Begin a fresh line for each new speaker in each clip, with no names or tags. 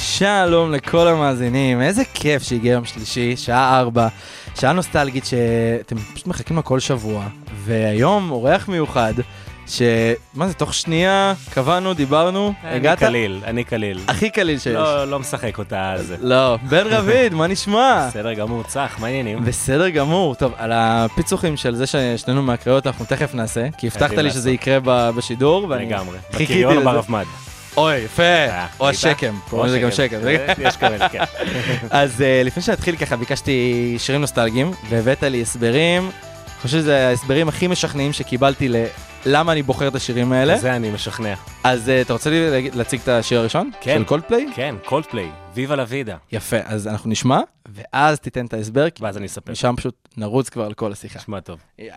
שלום לכל המאזינים, איזה כיף שהגיע יום שלישי, שעה ארבע, שעה נוסטלגית שאתם פשוט מחכים לה כל שבוע, והיום אורח מיוחד, ש... מה זה, תוך שנייה קבענו, דיברנו, הגעת?
אני קליל, אני קליל.
הכי קליל שיש.
לא, לא משחק אותה על זה.
לא. בן רביד, מה נשמע?
בסדר גמור, צח, מה העניינים?
בסדר גמור, טוב, על הפיצוחים של זה ששנינו מהקריאות אנחנו תכף נעשה, כי הבטחת לי
לעשות.
שזה יקרה ב- בשידור, ואני
לגמרי.
חיכיתי
בקריון או
לזה.
ברב מד.
אוי, יפה,
אה,
או
ראית?
השקם,
או
קוראים לזה גם
השקם.
שקם.
יש כאלה, כן.
אז אה, לפני שנתחיל ככה ביקשתי שירים נוסטלגיים והבאת לי הסברים, אני חושב שזה ההסברים הכי משכנעים שקיבלתי ללמה אני בוחר את השירים האלה.
זה אני משכנע.
אז אה, אתה רוצה לי להגיד- להציג את השיר הראשון?
כן.
של קולדפליי?
כן, קולדפליי, ויבה לה וידה.
יפה, אז אנחנו נשמע, ואז תיתן את ההסבר, כי
ואז אני אספר.
משם פשוט נרוץ כבר על כל השיחה.
נשמע טוב.
יאללה.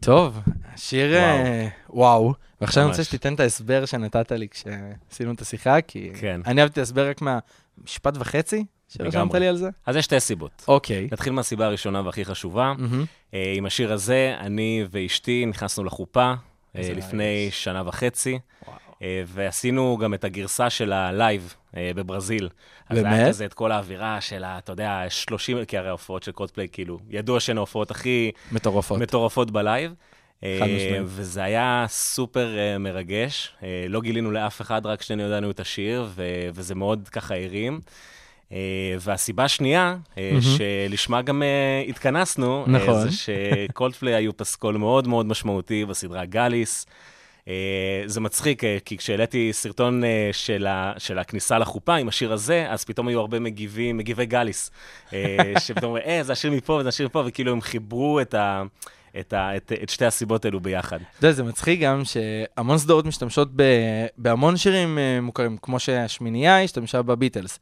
טוב, השיר... אה, וואו. ועכשיו אני רוצה
ממש.
שתיתן את ההסבר שנתת לי כשעשינו את השיחה, כי
כן.
אני אהבתי את ההסבר רק מהמשפט וחצי שרשמת
לגמרי.
לי על זה.
אז יש שתי סיבות.
אוקיי.
נתחיל מהסיבה הראשונה והכי חשובה.
מהמם.
אה, עם השיר הזה, אני ואשתי נכנסנו לחופה אה,
איזה
לפני
מרגש.
שנה וחצי, אה, ועשינו גם את הגרסה של הלייב אה, בברזיל. אז
באמת?
היה כזה את כל האווירה של, ה- אתה יודע, 30, כי הרי ההופעות של קודפליי, כאילו, ידוע שהן ההופעות הכי
מטורפות.
מטורפות בלייב. אה,
חד משמעית.
וזה היה סופר אה, מרגש. אה, לא גילינו לאף אחד, רק שנינו ידענו את השיר, ו- וזה מאוד ככה הרים. אה, והסיבה השנייה, אה, שלשמה גם אה, התכנסנו, אה,
נכון.
זה שקולדפליי היו פסקול מאוד מאוד משמעותי בסדרה גאליס. אה, זה מצחיק, אה, כי כשהעליתי סרטון אה, של, ה, של הכניסה לחופה עם השיר הזה, אז פתאום היו הרבה מגיבים, מגיבי גאליס, אה, שפתאום אומרים, אה, זה השיר מפה וזה השיר מפה, וכאילו הם חיברו את, ה, את, ה, את, את שתי הסיבות האלו ביחד.
אתה יודע, זה מצחיק גם שהמון סדרות משתמשות ב... בהמון שירים אה, מוכרים, כמו שהשמינייה השתמשה בביטלס.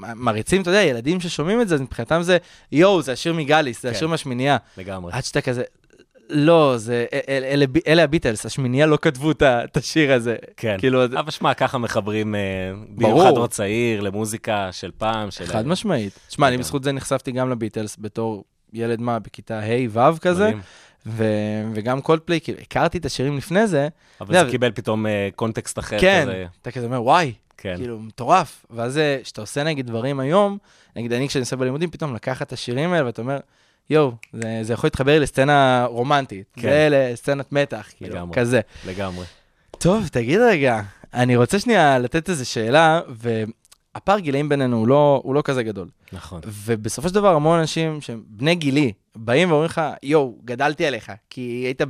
ומעריצים, אתה יודע, ילדים ששומעים את זה, אז מבחינתם זה, יואו, זה השיר מגאליס, זה
כן.
השיר מהשמינייה.
לגמרי.
עד שאתה כזה, לא, זה, אל, אלה, ב- אלה הביטלס, השמינייה לא כתבו את ה- את השיר הזה.
כן.
כאילו, אז-
אבל שמע, ככה מחברים אה,
ברור.
במיוחד עוד צעיר למוזיקה של פעם, של...
חד משמעית. תשמע, אני
לגמרי.
בזכות זה נחשפתי גם לביטלס בתור ילד מה, בכיתה ה'-ו' כזה,
מדהים.
ו- וגם קולדפליי, כאילו, הכרתי את השירים לפני זה,
אבל זה
לא, אבל-
קיבל פתאום אה, קונטקסט אחר.
כן,
כזה.
אתה כזה אומר, וואי,
כן.
כאילו, מטורף. ואז אה, כשאתה עושה נגיד דברים היום, נגיד אני כשאני עושה בלימודים, פתאום לקחת את השירים האלה ואתה אומר, יואו, זה, זה יכול להתחבר לסצנה רומנטית,
כן.
זה לסצנת מתח, כאילו,
לגמרי.
כזה.
לגמרי.
טוב, תגיד רגע, אני רוצה שנייה לתת איזה שאלה, והפער גילאים בינינו הוא לא, הוא לא כזה גדול.
נכון.
ובסופו של דבר המון אנשים שהם בני גילי, באים ואומרים לך, יואו, גדלתי עליך, כי היית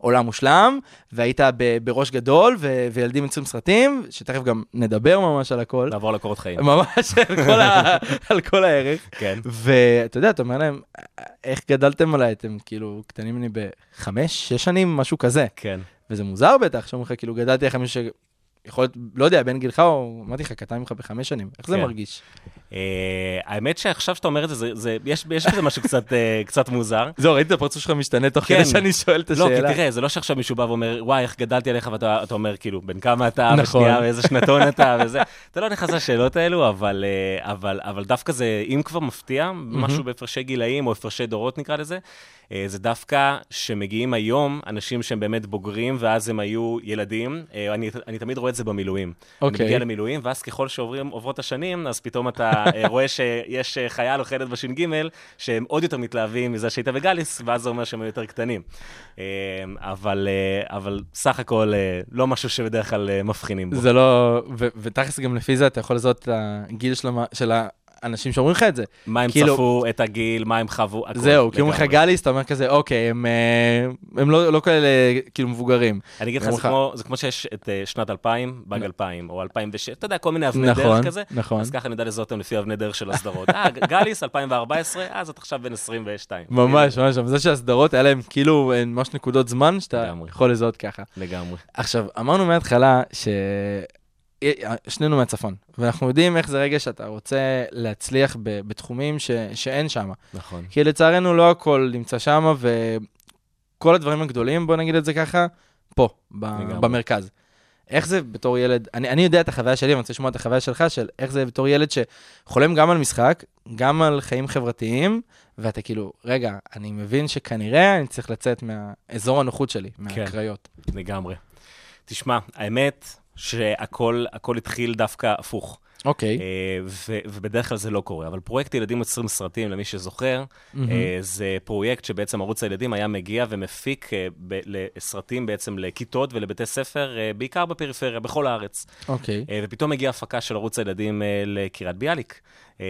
בעולם מושלם, והיית ב- בראש גדול, ו- וילדים יוצרים סרטים, שתכף גם נדבר ממש על הכל,
לעבור לקורות חיים.
ממש על כל, ה- על כל הערך.
כן.
ואתה יודע, אתה אומר להם, איך גדלתם עליי? אתם כאילו קטנים ממני בחמש, שש שנים, משהו כזה.
כן.
וזה מוזר בטח, שאומרים לך, כאילו, גדלתי עליך מישהו שיכול להיות, לא יודע, בן גילך, או אמרתי לך, קטן ממך בחמש שנים, איך זה
כן.
מרגיש?
אה, האמת שעכשיו שאתה אומר את זה, זה, זה יש, יש בזה משהו קצת, אה, קצת מוזר.
זהו, ראיתי את הפרצוף שלך משתנה תוך
כן.
כדי שאני שואל את השאלה.
לא, כי תראה, זה לא שעכשיו מישהו בא ואומר, וואי, איך גדלתי עליך, ואתה אתה אומר, כאילו, בן כמה אתה,
נכון.
ושנייה, ואיזה שנתון אתה, וזה. אתה לא נכנס לשאלות האלו, אבל, אה, אבל, אבל דווקא זה, אם כבר מפתיע, משהו בהפרשי גילאים, או הפרשי דורות נקרא לזה, אה, זה דווקא שמגיעים היום אנשים שהם באמת בוגרים, ואז הם היו ילדים. אה, אני, אני תמיד רואה את זה במילואים.
אוקיי.
אני מגיע למילואים, ואז ככל שעוברות השנים, אז פתאום אתה אה, רואה שיש אה, חייל או חיילת בש"ג, שהם עוד יותר מתלהבים מזה שהיית בגאליס, ואז זה אומר שהם היו יותר קטנים. אה, אבל, אה, אבל סך הכל, אה, לא משהו שבדרך כלל אה, מבחינים בו.
זה לא, ו- ותכלס גם לפי זה אתה יכול לזהות את הגיל של, המ... של ה... אנשים שאומרים לך את זה.
מה הם
כאילו-
צפו, את הגיל, מה הם חוו, הכול.
זהו, כי אומרים לך
לגמרי.
גליס, אתה אומר כזה, אוקיי, הם, אה, הם לא, לא כאלה כאילו מבוגרים.
אני אגיד לך,
אומרים
זה כמו- זה כמו שיש את אה, שנת 2000, באג 2000, או 2006, אתה יודע, כל מיני אבני
נכון,
דרך כזה.
נכון.
אז ככה נדע לזהות אותם לפי אבני דרך של הסדרות. אה, ג- גליס, 2014, אז את עכשיו בן 22.
ממש, ממש, אבל זה שהסדרות היה להם כאילו אה, ממש נקודות זמן שאתה
לגמרי.
יכול לזהות ככה.
לגמרי.
עכשיו, אמרנו מההתחלה ש... אה, שנינו מהצפון, ואנחנו יודעים איך זה רגע שאתה רוצה להצליח ב- בתחומים ש... שאין שם.
נכון.
כי לצערנו לא הכל נמצא שם, וכל הדברים הגדולים, בוא נגיד את זה ככה, פה, ב...
לגמרי.
במרכז. איך זה בתור ילד, אני, אני יודע את החוויה שלי, אני רוצה לשמוע את החוויה שלך, של איך זה בתור ילד שחולם גם על משחק, גם על חיים חברתיים, ואתה כאילו, רגע, אני מבין שכנראה אני צריך לצאת מהאזור הנוחות שלי,
כן.
מהקריות.
לגמרי. תשמע, האמת שהכל הכל התחיל דווקא הפוך.
אוקיי.
אה, ו- ובדרך כלל זה לא קורה, אבל פרויקט ילדים יוצרים סרטים, למי שזוכר, אה, זה פרויקט שבעצם ערוץ הילדים היה מגיע ומפיק אה, ב- לסרטים בעצם לכיתות ולבתי ספר, אה, בעיקר בפריפריה, בכל הארץ.
אוקיי.
אה, ופתאום הגיעה הפקה של ערוץ הילדים אה, לקריית ביאליק, אה,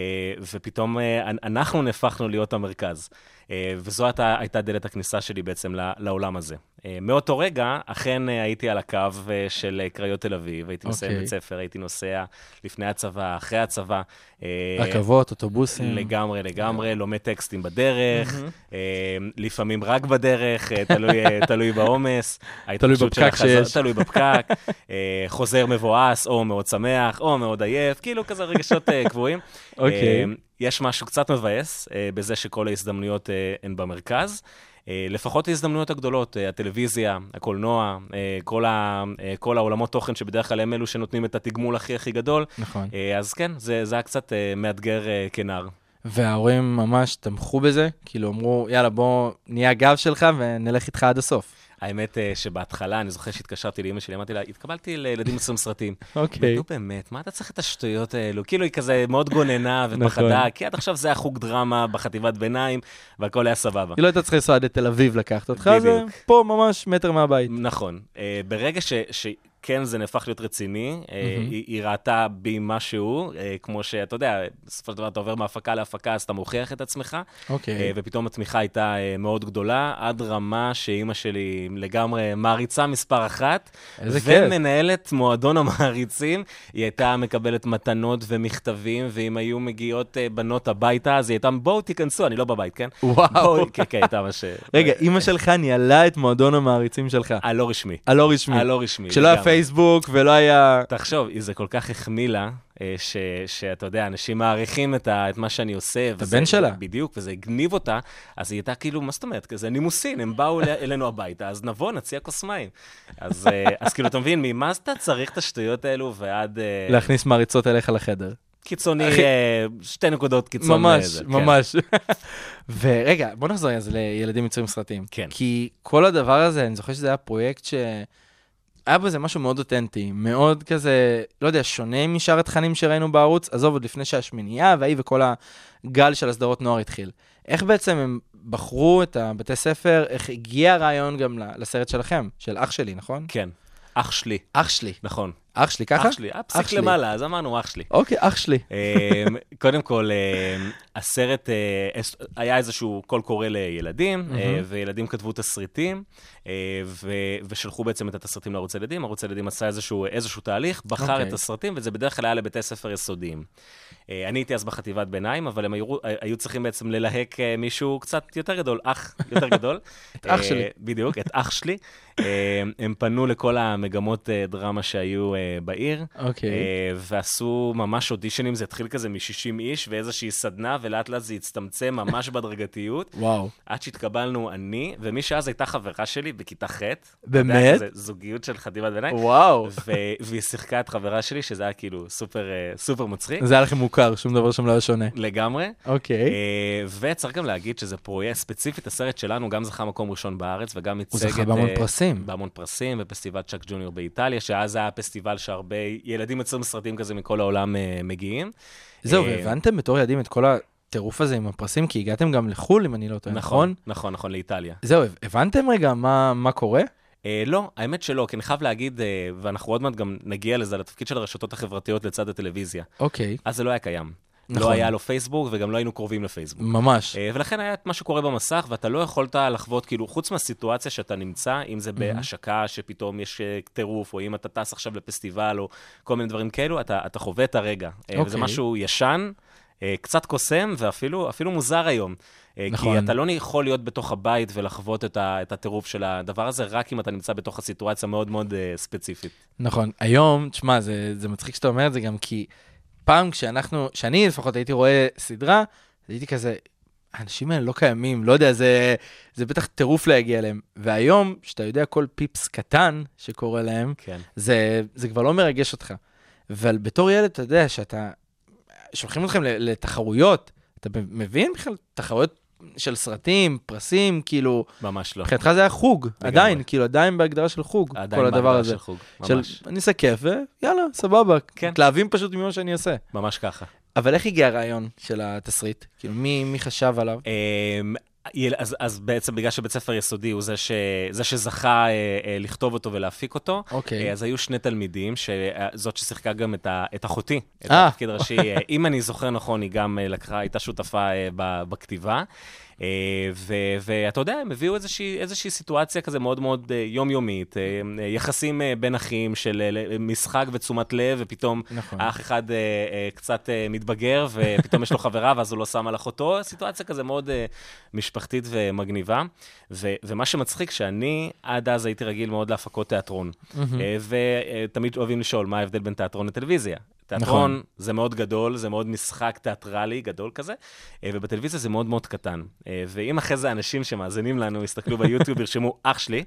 ופתאום אה, אנ- אנחנו נהפכנו להיות המרכז. אה, וזו הייתה, הייתה דלת הכניסה שלי בעצם ל- לעולם הזה. אה, מאותו רגע, אכן אה, הייתי על הקו אה, של אה, קריות תל אביב, הייתי מסיים
אוקיי.
בית ספר, הייתי נוסע לפני הצבא, אחרי הצבא. אה,
רכבות, אוטובוסים.
לגמרי, לגמרי, לומד טקסטים בדרך, אה, לפעמים רק בדרך, אה, תלוי, אה, תלוי בעומס. ההתרגשות של
בפקק
החזר-
שיש.
תלוי בפקק, אה, חוזר מבואס, או מאוד שמח, או מאוד עייף, כאילו כזה רגשות אה, קבועים.
אוקיי.
אה, יש משהו קצת מבאס אה, בזה שכל ההזדמנויות אה, הן במרכז. אה, לפחות ההזדמנויות הגדולות, אה, הטלוויזיה, הקולנוע, אה, כל ה- אה, כל העולמות תוכן שבדרך כלל הם אלו שנותנים את התגמול הכי הכי גדול.
נכון.
אה, אז כן, זה זה היה קצת אה, מאתגר אה, כנער.
וההורים ממש תמכו בזה, כאילו אמרו, יאללה, בוא נהיה הגב שלך ונלך איתך עד הסוף.
האמת אה, שבהתחלה, אני זוכר שהתקשרתי לאימא שלי, אמרתי לה, התקבלתי לילדים עושים סרטים.
אוקיי.
נו באמת, מה אתה צריך את השטויות האלו? כאילו היא כזה מאוד גוננה
נכון.
ופחדה, כי עד עכשיו זה היה חוג דרמה בחטיבת ביניים, והכל היה סבבה.
כאילו היית צריך לנסוע עד לתל אביב לקחת אותך, זה
בדיוק.
פה ממש מטר מהבית.
נכון. אה, ברגע ש... שכן, זה נהפך להיות רציני, אה,
מהמם.
היא היא ראתה בי משהו, אה, כמו שאתה יודע, בסופו של דבר אתה עובר מהפקה להפקה, אז אתה מוכיח את עצמך, אה,
אוקיי.
ופתאום התמיכה הייתה אה, מאוד גדולה, עד רמה שאימא שלי לגמרי מעריצה מספר אחת.
איזה כיף.
ומנהלת מועדון המעריצים, היא הייתה מקבלת מתנות ומכתבים, ואם היו מגיעות אה, בנות הביתה, אז היא הייתה, בואו תיכנסו, אני לא בבית, כן?
וואו.
בואו, כן, כן, הייתה ממש... אה,
רגע, אימא שלך ניהלה את מועדון המעריצים שלך,
הלא לא רשמי.
הלא רשמי.
הלא רשמי.
כשלא היה
לגמרי. אה,
פייסבוק ולא היה...
תחשוב, זה כל כך החמיא לה, אה, ש- שאתה יודע, אנשים מעריכים את ה- את מה שאני עושה. את
הבן שלה.
בדיוק, וזה הגניב אותה, אז היא הייתה כאילו, מה זאת אומרת, כזה נימוסין, הם באו אל- אלינו הביתה, אז נבוא, נציע כוס מים. אז אה, אז כאילו, אתה מבין, ממה אתה צריך את השטויות האלו, ועד... אה,
להכניס מעריצות אליך לחדר.
קיצוני,
אחי-
אה, שתי נקודות קיצון.
ממש,
לזה, כן.
ממש. ורגע, בוא נחזור אז לילדים יוצרים סרטים.
כן.
כי כל הדבר הזה, אני זוכר שזה היה פרויקט ש... היה בו איזה משהו מאוד אותנטי, מאוד כזה, לא יודע, שונה משאר התכנים שראינו בערוץ, עזוב, עוד לפני שהשמינייה והאי וכל הגל של הסדרות נוער התחיל. איך בעצם הם בחרו את הבתי ספר, איך הגיע הרעיון גם ל- לסרט שלכם, של אח שלי, נכון?
כן, אח שלי,
אח שלי.
נכון.
אח שלי ככה?
אח שלי, היה
אח
פסיק
שלי.
למעלה, אז אמרנו אח שלי.
אוקיי, אח שלי.
אמ, קודם כל, אמ, הסרט, אה, אס- היה איזשהו קול קורא לילדים, אה, וילדים כתבו תסריטים, אה, ו- ושלחו בעצם את התסריטים לערוץ הילדים. ערוץ הילדים עשה איזשהו, איזשהו תהליך, בחר
אוקיי.
את הסרטים, וזה בדרך כלל היה לבתי ספר יסודיים. אה, אני הייתי אז בחטיבת ביניים, אבל הם היו, אה, היו צריכים בעצם ללהק אה, מישהו קצת יותר גדול, אח יותר גדול. את
אח שלי.
בדיוק, את אח שלי. אה, הם פנו לכל המגמות אה, דרמה שהיו אה, בעיר.
אוקיי.
אה, ועשו ממש אודישנים, זה התחיל כזה מ-60 איש ואיזושהי סדנה, ולאט לאט זה הצטמצם ממש בהדרגתיות.
וואו.
עד שהתקבלנו אני, ומי שאז הייתה חברה שלי בכיתה ח'.
באמת?
זו זוגיות של חטיבת ביניים.
וואו.
ו- והיא שיחקה את חברה שלי, שזה היה כאילו סופר, אה, סופר מצחיק,
זה היה לכם מוכר, שום דבר שם לא היה שונה.
לגמרי.
אוקיי.
אה, וצריך גם להגיד שזה פרויקט, ספציפית הסרט שלנו, גם זכה מקום ראשון בארץ, וגם ייצג את...
זכה בהמון
אה,
פרסים.
בהמון פרסים, בפסטיבל צ'אק ג'וניור באיטליה, שאז היה הפסטיבל שהרבה ילדים יוצרים סרטים כזה מכל העולם אה, מגיעים.
זהו,
אה,
והבנתם בתור ילדים את כל הטירוף הזה עם הפרסים, כי הגעתם גם לחו"ל, אם אני לא טועה, נכון?
נכון, נכון, נכון, לאיטליה.
זהו, הב- הבנתם רגע מה מה קורה?
אה, לא, האמת שלא, כי אני חייב להגיד, אה, ואנחנו עוד מעט גם נגיע לזה, לתפקיד של הרשתות החברתיות לצד הטלוויזיה.
אוקיי.
אז זה לא היה קיים. נכון. לא
נכון.
היה לו פייסבוק וגם לא היינו קרובים לפייסבוק.
ממש.
אה, ולכן היה את מה שקורה במסך, ואתה לא יכולת לחוות, כאילו, חוץ מהסיטואציה שאתה נמצא, אם זה בהשקה שפתאום יש אה, טירוף, או אם אתה טס עכשיו לפסטיבל, או כל מיני דברים כאלו, אתה, אתה חווה את הרגע. אה, וזה
אוקיי.
משהו ישן, אה, קצת קוסם, ואפילו אפילו מוזר היום. אה,
נכון.
כי אתה לא יכול להיות בתוך הבית ולחוות את, ה, את הטירוף של הדבר הזה, רק אם אתה נמצא בתוך הסיטואציה מאוד מאוד אה, ספציפית.
נכון, היום, תשמע, זה, זה מצחיק שאתה אומר את זה גם כי פעם כשאנחנו, שאני לפחות הייתי רואה סדרה, הייתי כזה, האנשים האלה לא קיימים, לא יודע, זה, זה בטח טירוף להגיע אליהם. והיום, שאתה יודע כל פיפס קטן שקורה להם,
כן.
זה, זה כבר לא מרגש אותך. אבל בתור ילד, אתה יודע שאתה, שולחים אתכם ל- לתחרויות, אתה מבין בכלל? תחרויות של סרטים, פרסים, כאילו,
ממש לא.
מבחינתך זה היה חוג,
לגמרי.
עדיין, כאילו, עדיין בהגדרה של חוג,
עדיין
כל הדבר
בהגדרה
הזה.
של חוג,
של
ממש,
אני אעשה כיף ויאללה, סבבה.
כן.
מתלהבים פשוט ממה שאני עושה.
ממש ככה.
אבל איך הגיע הרעיון של התסריט? כאילו, מי, מי חשב עליו?
אמ, יל- אז, אז בעצם בגלל שבית ספר יסודי הוא זה, ש, זה שזכה אה, אה, לכתוב אותו ולהפיק אותו,
אוקיי.
אה, אז היו שני תלמידים, ש- אה, זאת ששיחקה גם את, ה, את אחותי, את
אה.
התפקיד הראשי, אה, אם אני זוכר נכון, היא גם אה, לקחה, הייתה שותפה אה, ב, בכתיבה. אה, ו, ואתה יודע, הם הביאו איזושהי, איזושהי סיטואציה כזה מאוד מאוד אה, יומיומית, אה, אה, יחסים אה, בין אחים של אה, ל- משחק ותשומת לב, ופתאום
נכון.
האח אחד אה, אה, קצת אה, מתבגר, ופתאום יש לו חברה, ואז הוא לא שם על אחותו, סיטואציה כזה מאוד אה, משפחתית ומגניבה. ו- ומה שמצחיק, שאני עד אז הייתי רגיל מאוד להפקות תיאטרון, אה, ותמיד אוהבים לשאול מה ההבדל בין תיאטרון לטלוויזיה. תיאטרון
נכון.
זה מאוד גדול, זה מאוד משחק תיאטרלי גדול כזה, אה, ובטלוויזיה זה מאוד מאוד קטן. אה, ואם אחרי זה אנשים שמאזינים לנו יסתכלו ביוטיוב, ירשמו אח שלי,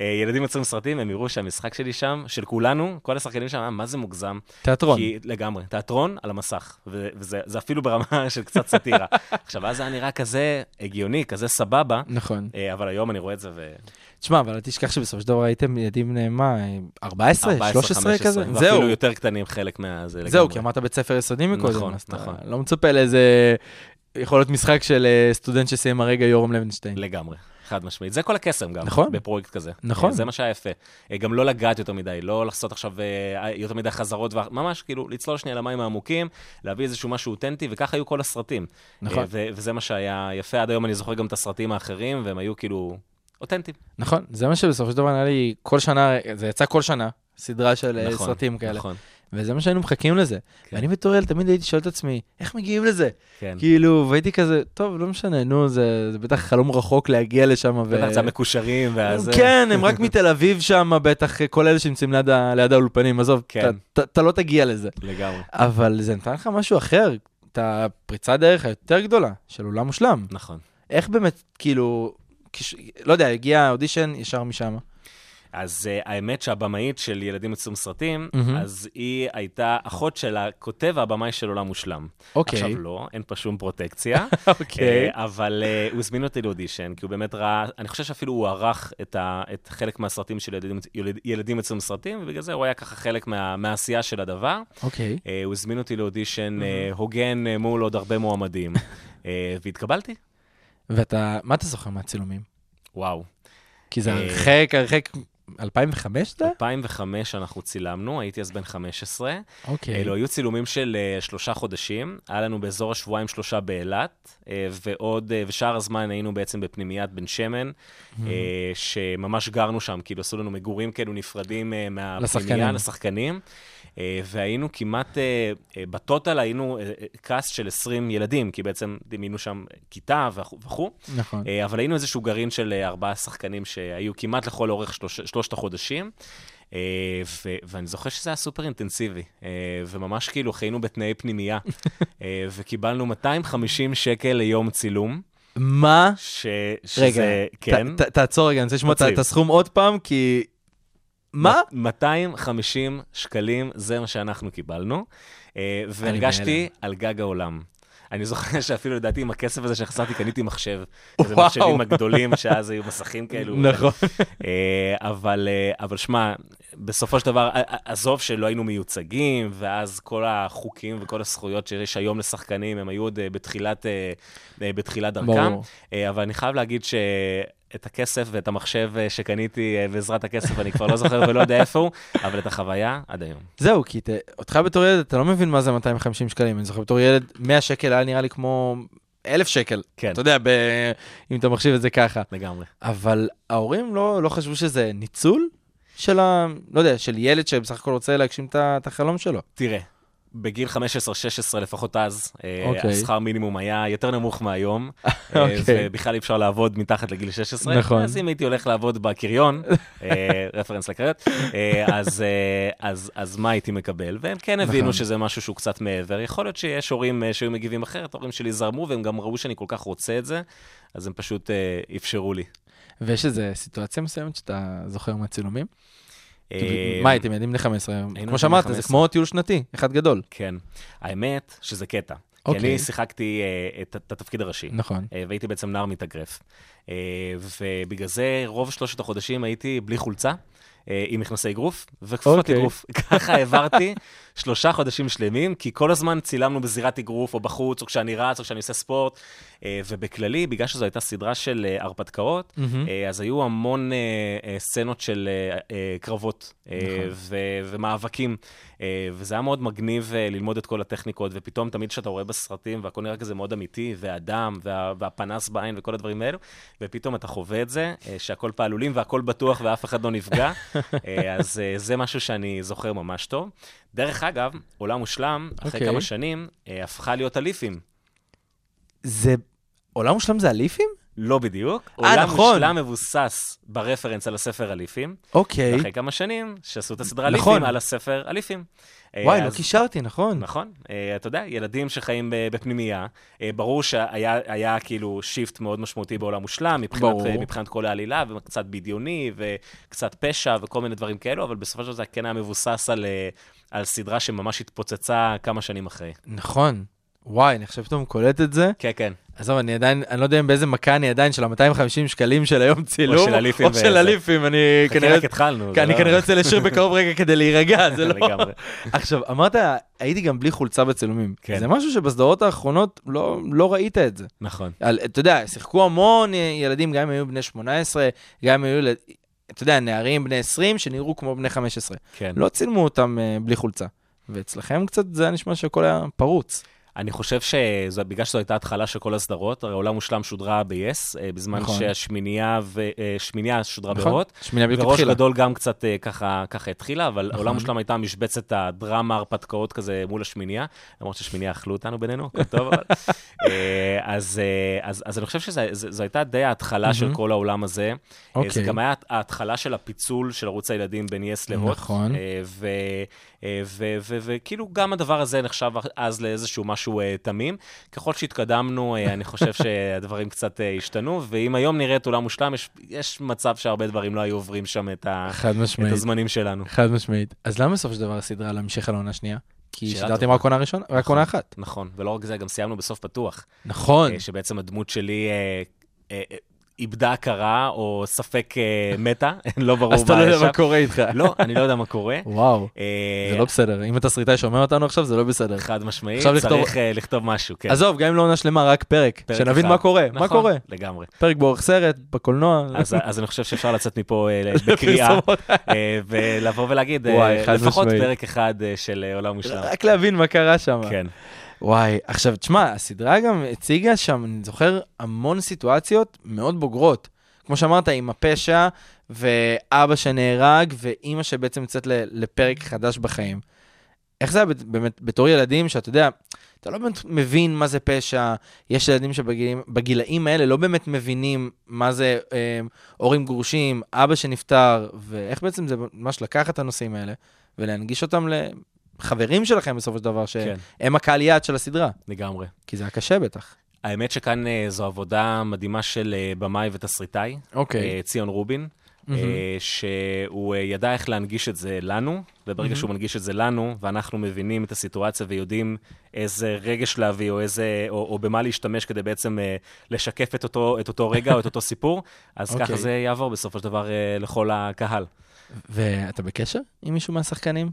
אה, ילדים יוצרים סרטים, הם יראו שהמשחק שלי שם, של כולנו, כל השחקנים שם, אה, מה זה מוגזם.
תיאטרון.
כי לגמרי, תיאטרון על המסך, ו- וזה זה אפילו ברמה של קצת סאטירה. עכשיו, אז זה היה נראה כזה הגיוני, כזה סבבה,
נכון.
אה, אבל היום אני רואה את זה ו...
תשמע, אבל אל תשכח שבסופו של דבר הייתם ילדים, אה, מה, אה, 14? 13 כזה? זהו,
ואפילו יותר קטנים חלק מה... זה
זהו,
לגמרי.
כי אמרת בית ספר יסודי מקודם.
נכון,
אז אתה
נכון.
לא מצפה לאיזה... יכול להיות משחק של אה, סטודנט שסיים הרגע יורם לוינשטיין.
לגמרי, חד משמעית. זה כל הקסם גם,
נכון.
בפרויקט כזה.
נכון.
אה, זה מה שהיה יפה. אה, גם לא לגעת יותר מדי, לא לחסות עכשיו אה, יותר מדי חזרות, ו- ממש כאילו לצלול שנייה למים העמוקים, להביא איזשהו משהו אותנטי, וככה היו כל הסרטים.
נכון.
אה, ו- וזה מה שהיה יפה. עד היום אני זוכר גם את הסרטים האחרים, והם היו כאילו אותנטיים.
נכון, זה מה שבסופו של דבר היה לי כל שנה, זה יצא כל שנה, סדרה של אה,
נכון,
סרטים כאלה.
נכון,
וזה מה שהיינו מחכים לזה.
כן.
ואני בתור ילד תמיד הייתי שואל את עצמי, איך מגיעים לזה?
כן.
כאילו, והייתי כזה, טוב, לא משנה, נו, זה, זה בטח חלום רחוק להגיע לשם. ו...
בטח זה המקושרים, ואז...
כן, הם רק מתל אביב שם, בטח, אה, כל אלה שנמצאים ליד, ה- ליד האולפנים, עזוב,
כן.
אתה- אתה- אתה לא תגיע לזה.
לגמרי.
אבל זה נתן לך משהו אחר, את הפריצת דרך היותר גדולה של עולם מושלם.
נכון.
איך באמת, כאילו, כש... לא יודע, הגיע האודישן ישר משם.
אז uh, האמת שהבמאית של ילדים יוצאים סרטים,
מהמם.
mm-hmm. אז היא הייתה אחות של הכותב והבמאי של עולם מושלם.
אוקיי.
עכשיו לא, אין פה שום פרוטקציה.
אוקיי.
אה, אבל אה, הוא הזמין אותי לאודישן, כי הוא באמת ראה, אני חושב שאפילו הוא ערך את, ה, את חלק מהסרטים של ילדים, ילד, ילדים יוצאים סרטים, ובגלל זה הוא היה ככה חלק מה, מהעשייה של הדבר.
אוקיי.
אה, הוא הזמין אותי לאודישן אה, הוגן אה, מול עוד הרבה מועמדים, אה, והתקבלתי.
ואתה, מה אתה זוכר מהצילומים?
וואו.
אוקיי. כי זה
אה,
הרחק, הרחק, 2005 זה?
2005 אנחנו צילמנו, הייתי אז בן 15.
אוקיי.
אלו לא, היו צילומים של אה, שלושה חודשים, היה לנו באזור השבועיים שלושה באילת, אה, ועוד, אה, ושאר הזמן היינו בעצם בפנימיית בן שמן, אה, שממש גרנו שם, כאילו עשו לנו מגורים כאילו נפרדים אה, מהפנימייה
לשחקנים.
לשחקנים, אה, והיינו כמעט, אה, אה, בטוטל היינו אה, אה, קאסט של 20 ילדים, כי בעצם דמיינו שם כיתה וכו'. וכו'.
נכון.
אה, אבל היינו איזשהו גרעין של אה, ארבעה שחקנים שהיו כמעט לכל אורך שלוש, שלושת החודשים. אה, ו- ואני זוכר שזה היה סופר אינטנסיבי, אה, וממש כאילו חיינו בתנאי פנימייה, אה, וקיבלנו 250 שקל ליום צילום,
מה?
ש-
רגע,
שזה,
ת-
כן,
ת- תעצור רגע, אני רוצה לשמוע את ה- את
תקציב.
הסכום עוד פעם, כי... מה?
250 שקלים, זה מה שאנחנו קיבלנו, אה, והרגשתי על גג העולם. אני זוכר שאפילו לדעתי עם הכסף הזה שחסרתי קניתי מחשב, איזה
וואו.
מחשבים הגדולים, שאז היו מסכים כאילו, כאלו.
נכון.
אה, אבל, אה, אבל שמע, בסופו של דבר, ע- ע- עזוב שלא היינו מיוצגים, ואז כל החוקים וכל הזכויות שיש היום לשחקנים, הם היו עוד אה, בתחילת, אה, אה, בתחילת דרכם.
ברור.
אה, אבל אני חייב להגיד ש... את הכסף ואת המחשב אה, שקניתי אה, בעזרת הכסף, אני כבר לא זוכר ולא יודע איפה הוא, אבל את החוויה עד היום.
זהו, כי ת, אותך בתור ילד, אתה לא מבין מה זה 250 שקלים. אני זוכר בתור ילד, 100 שקל היה נראה לי כמו 1,000 שקל.
כן.
אתה יודע, ב, אם אתה מחשיב את זה ככה.
לגמרי.
אבל ההורים לא, לא חשבו שזה ניצול של ה... לא יודע, של ילד שבסך הכל רוצה להגשים את ה- את החלום שלו.
תראה, בגיל 15-16 לפחות אז, אה,
אוקיי.
השכר מינימום היה יותר נמוך מהיום, אה,
אוקיי.
ובכלל אי אפשר לעבוד מתחת לגיל 16.
נכון.
אז אם הייתי הולך לעבוד בקריון, אה, רפרנס לקריות, אה, אז, אה, אז, אז מה הייתי מקבל? והם כן
נכון.
הבינו שזה משהו שהוא קצת מעבר. יכול להיות שיש הורים אה, שהיו מגיבים אחרת, ההורים שלי זרמו, והם גם ראו שאני כל כך רוצה את זה, אז הם פשוט אה, אפשרו לי.
ויש איזו סיטואציה מסוימת שאתה זוכר מהצילומים? כאילו,
אה,
מה, הייתם ילדים בני 15?
ילדים בני
כמו שאמרת, זה
15.
כמו טיול שנתי, אחד גדול.
כן. האמת שזה קטע. כי
אוקיי.
אני שיחקתי אה, את את התפקיד הראשי.
נכון.
אה, והייתי בעצם נער מתאגרף. אה, ובגלל זה רוב שלושת החודשים הייתי בלי חולצה, אה, עם מכנסי אגרוף וכפפות
אוקיי.
אגרוף. ככה העברתי שלושה חודשים שלמים, כי כל הזמן צילמנו בזירת אגרוף או בחוץ, או כשאני רץ, או כשאני עושה ספורט. אה, ובכללי, בגלל שזו הייתה סדרה של אה, הרפתקאות,
מהמם.
אה, אז היו המון אה, אה, סצנות של אה, אה, קרבות אה,
נכון.
ו- ומאבקים, אה, וזה היה מאוד מגניב אה, ללמוד את כל הטכניקות, ופתאום תמיד כשאתה רואה בסרטים, והכל נראה כזה מאוד אמיתי, והדם, וה- והפנס בעין וכל הדברים האלו, ופתאום אתה חווה את זה, אה, שהכל פעלולים והכל בטוח ואף אחד לא נפגע, אה, אז אה, זה משהו שאני זוכר ממש טוב. דרך אגב, עולם מושלם, אחרי
אוקיי.
כמה שנים, אה, הפכה להיות הליפים.
זה... עולם מושלם זה הליפים?
לא בדיוק.
אה,
עולם
נכון.
מושלם מבוסס ברפרנס על הספר הליפים.
אוקיי.
אחרי כמה שנים, שעשו את הסדרה
נכון.
אליפים על הספר אליפים. אה,
וואי, לא
אז-
קישרתי, נכון.
נכון, אה, אתה יודע, ילדים שחיים ב- בפנימייה, אה, ברור שהיה היה כאילו שיפט מאוד משמעותי בעולם מושלם, מבחינת,
ברור.
אה, מבחינת כל העלילה, וקצת בדיוני, וקצת פשע, וכל מיני דברים כאלו, אבל בסופו של דבר זה כן היה מבוסס על, אה, על סדרה שממש התפוצצה כמה שנים אחרי.
נכון. וואי, אני עכשיו פתאום קולט את זה.
כן, כן.
עזוב, אני עדיין, אני לא יודע אם באיזה מכה אני עדיין של ה-250 שקלים של היום צילום.
של הליפים
או של
וזה.
הליפים, אני
חכה,
כנראה... כן,
רק התחלנו. זה
אני
לא-
כנראה יוצא לשיר בקרוב רגע כדי להירגע, זה לא...
לגמרי.
עכשיו, אמרת, הייתי גם בלי חולצה בצילומים.
כן.
זה משהו שבסדרות האחרונות לא, לא ראית את זה.
נכון.
על, אתה יודע, שיחקו המון אה, ילדים, גם אם היו בני 18, גם אם היו, ילד- אתה יודע, נערים בני 20 שנראו כמו בני 15.
כן.
לא צילמו אותם אה, בלי חולצה. ואצלכם קצת זה היה נשמע שהכל היה פרוץ.
אני חושב שבגלל שזו הייתה התחלה של כל הסדרות, הרי עולם מושלם שודרה ב-yes, אה, בזמן
נכון.
שהשמינייה ו- אה, שמיניה שודרה בהוט.
שמיניה בדיוק
וראש
התחילה.
גדול גם קצת אה, ככה, ככה התחילה, אבל
נכון.
עולם מושלם הייתה משבצת הדרמה, הרפתקאות כזה מול השמינייה, למרות שהשמינייה אכלו אותנו בינינו, הכל טוב אבל. אה, אז, אה, אז, אז אני חושב שזו הייתה די ההתחלה של
מהמם.
כל העולם הזה. אה, זה
אוקיי.
גם היה ההתחלה של הפיצול של ערוץ הילדים בין יס להוט.
נכון.
אה, ו- אה, ו- ו- וכאילו גם הדבר הזה נחשב אז לאיזשהו משהו אה, תמים. ככל שהתקדמנו, אה, אני חושב שהדברים קצת אה, השתנו, ואם היום נראה את עולם מושלם, יש- יש מצב שהרבה דברים לא היו עוברים שם את ה-
חד
את
משמעית.
הזמנים שלנו.
חד משמעית. אז למה בסופו של דבר הסדרה להמשיך על העונה שנייה? כי
שאלה
שידרתם
טובה.
רק עונה ראשונה, רק עונה אחת.
נכון, ולא רק זה, גם סיימנו בסוף פתוח.
נכון.
אה, שבעצם הדמות שלי... אה, אה, אה, איבדה הכרה, או ספק אה, מתה, לא ברור מה
אז אתה לא יודע
שם.
מה קורה איתך.
לא, אני לא יודע מה קורה.
וואו,
אה,
זה לא בסדר. אם התסריטאי שומע אותנו עכשיו, זה לא בסדר.
חד משמעית,
עכשיו לכתוב-
צריך אה, לכתוב משהו, כן.
עזוב, גם אם לא עונה שלמה, רק פרק.
פרק
שנבין
אחד.
מה קורה. מה
נכון,
קורה?
לגמרי.
פרק באורך סרט, בקולנוע.
אז, אז אני חושב שאפשר לצאת מפה אה, בקריאה,
לפרסומות.
אה, ולבוא ולהגיד, אה,
וואי, חד
לפחות
משמעית.
פרק אחד אה, של אה, עולם מושלם.
רק להבין מה קרה שם.
כן,
וואי, עכשיו תשמע, הסדרה גם הציגה שם, אני זוכר, המון סיטואציות מאוד בוגרות. כמו שאמרת, עם הפשע, ואבא שנהרג, ואימא שבעצם יוצאת ל- לפרק חדש בחיים. איך זה היה בת- באמת בתור ילדים, שאתה יודע, אתה לא באמת מבין מה זה פשע, יש ילדים שבגילאים האלה לא באמת מבינים מה זה אה, הורים גרושים, אבא שנפטר, ואיך בעצם זה ממש לקחת את הנושאים האלה, ולהנגיש אותם לחברים שלכם בסופו של דבר, ש...
כן,
הם הקהל יעד של הסדרה,
לגמרי.
כי זה היה קשה בטח.
האמת שכאן אה, זו עבודה מדהימה של אה, במאי ותסריטאי,
אוקיי.
אה, ציון רובין, אה, שהוא אה, ידע איך להנגיש את זה לנו, וברגע שהוא מנגיש את זה לנו, ואנחנו מבינים את הסיטואציה ויודעים איזה רגש להביא, או, איזה, או, או במה להשתמש כדי בעצם אה, לשקף את אותו, את אותו רגע או את אותו סיפור, אז
אוקיי.
ככה זה יעבור בסופו של דבר אה, לכל הקהל.
ואתה בקשר עם מישהו מהשחקנים?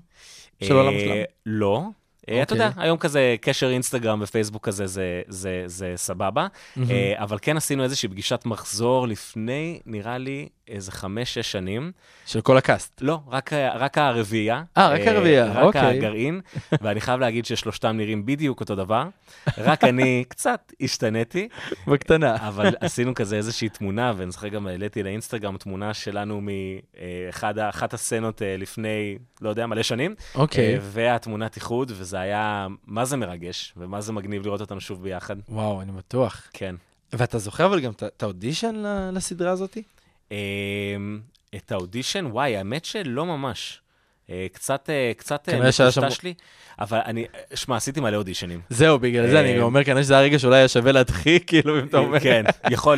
של עולם
אה,
מושלם.
לא. אה, אתה
אוקיי.
יודע, היום כזה קשר אינסטגרם ופייסבוק כזה, זה, זה, זה סבבה. אה, אבל כן עשינו איזושהי פגישת מחזור לפני, נראה לי, איזה חמש-שש שנים.
של כל הקאסט.
לא, רק, ה- רק הרביעייה.
אה, רק
אה,
הרביעייה, אוקיי.
רק הגרעין, ואני חייב להגיד ששלושתם נראים בדיוק אותו דבר. רק אני קצת השתניתי,
בקטנה.
אבל עשינו כזה איזושהי תמונה, ואני זוכר גם העליתי לאינסטגרם תמונה שלנו מאחת הסצנות אה, לפני, לא יודע, מלא שנים.
אוקיי.
אה, והתמונת איחוד, וזה היה, מה זה מרגש, ומה זה מגניב לראות אותנו שוב ביחד.
וואו, אני בטוח.
כן.
ואתה זוכר אבל גם את- את האודישן ל- לסדרה הזאת?
אמ, את האודישן, וואי, האמת שלא ממש. אה, קצת, אה, קצת אה,
כנראה שהיה שם-
מטושטש לי, אבל אני, שמע, עשיתי מלא אודישנים.
זהו, בגלל זה אני
אה,
גם אומר, כנראה שזה הרגע שאולי היה שווה להדחיק, כאילו, אם אתה אומר.
כן, יכול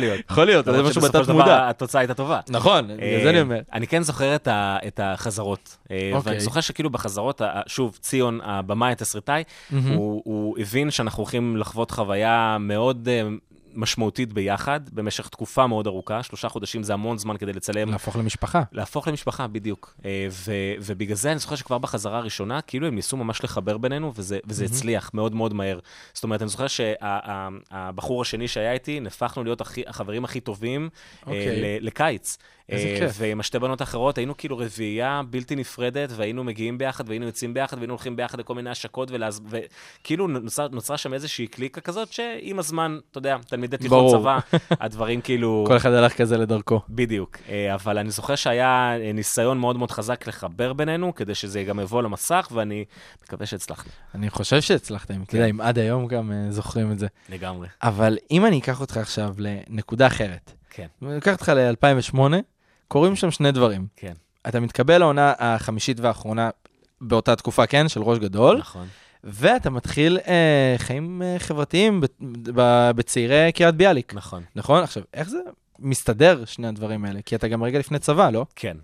להיות.
יכול להיות, זה
למרות
משהו
שבסופו
בתת
של דבר
מודע.
התוצאה הייתה טובה.
נכון, בגלל זה אני
אה,
אומר.
אני כן זוכר את, ה, את החזרות. אה,
אוקיי.
ואני זוכר שכאילו בחזרות, ה- ה- שוב, ציון, הבמאי התסריטאי, הוא, הוא הבין שאנחנו הולכים לחוות חוויה מאוד אה, משמעותית ביחד, במשך תקופה מאוד ארוכה, שלושה חודשים זה המון זמן כדי לצלם.
להפוך למשפחה.
להפוך למשפחה, בדיוק. אה, ו, ובגלל זה אני זוכר שכבר בחזרה הראשונה, כאילו הם ניסו ממש לחבר בינינו, וזה, וזה הצליח מאוד מאוד מהר. זאת אומרת, אני זוכר שהבחור השני שהיה איתי, נהפכנו להיות הכי, החברים הכי טובים okay.
אוקיי.
ל, לקיץ.
איזה
אה,
כיף.
ועם השתי בנות האחרות היינו כאילו רביעייה בלתי נפרדת, והיינו מגיעים ביחד, והיינו יוצאים ביחד, והיינו הולכים ביחד לכל מיני השקות, ולהז... וכאילו נוצר, נוצרה שם איזושהי קליקה כזאת, שעם הזמן, אתה יודע, תלמידי תיכון
ברור.
צבא, הדברים כאילו...
כל אחד הלך כזה לדרכו.
בדיוק, אה, אבל אני זוכר שהיה אה, ניסיון מאוד מאוד חזק לחבר בינינו, כדי שזה גם יבוא למסך, ואני מקווה שהצלחנו.
אני חושב שהצלחתם, אתה יודע, אם עד היום גם אה, זוכרים את זה.
לגמרי.
אבל אם אני אקח אותך עכשיו לנקודה אחרת,
כן.
אני אקח אותך ל-2008, קורים שם שני דברים.
כן.
אתה מתקבל לעונה החמישית והאחרונה באותה תקופה, כן? של ראש גדול,
נכון.
ואתה מתחיל אה, חיים אה, חברתיים ב- ב- בצעירי קריית ביאליק.
נכון.
נכון? עכשיו, איך זה מסתדר, שני הדברים האלה? כי אתה גם רגע לפני צבא, לא?
כן.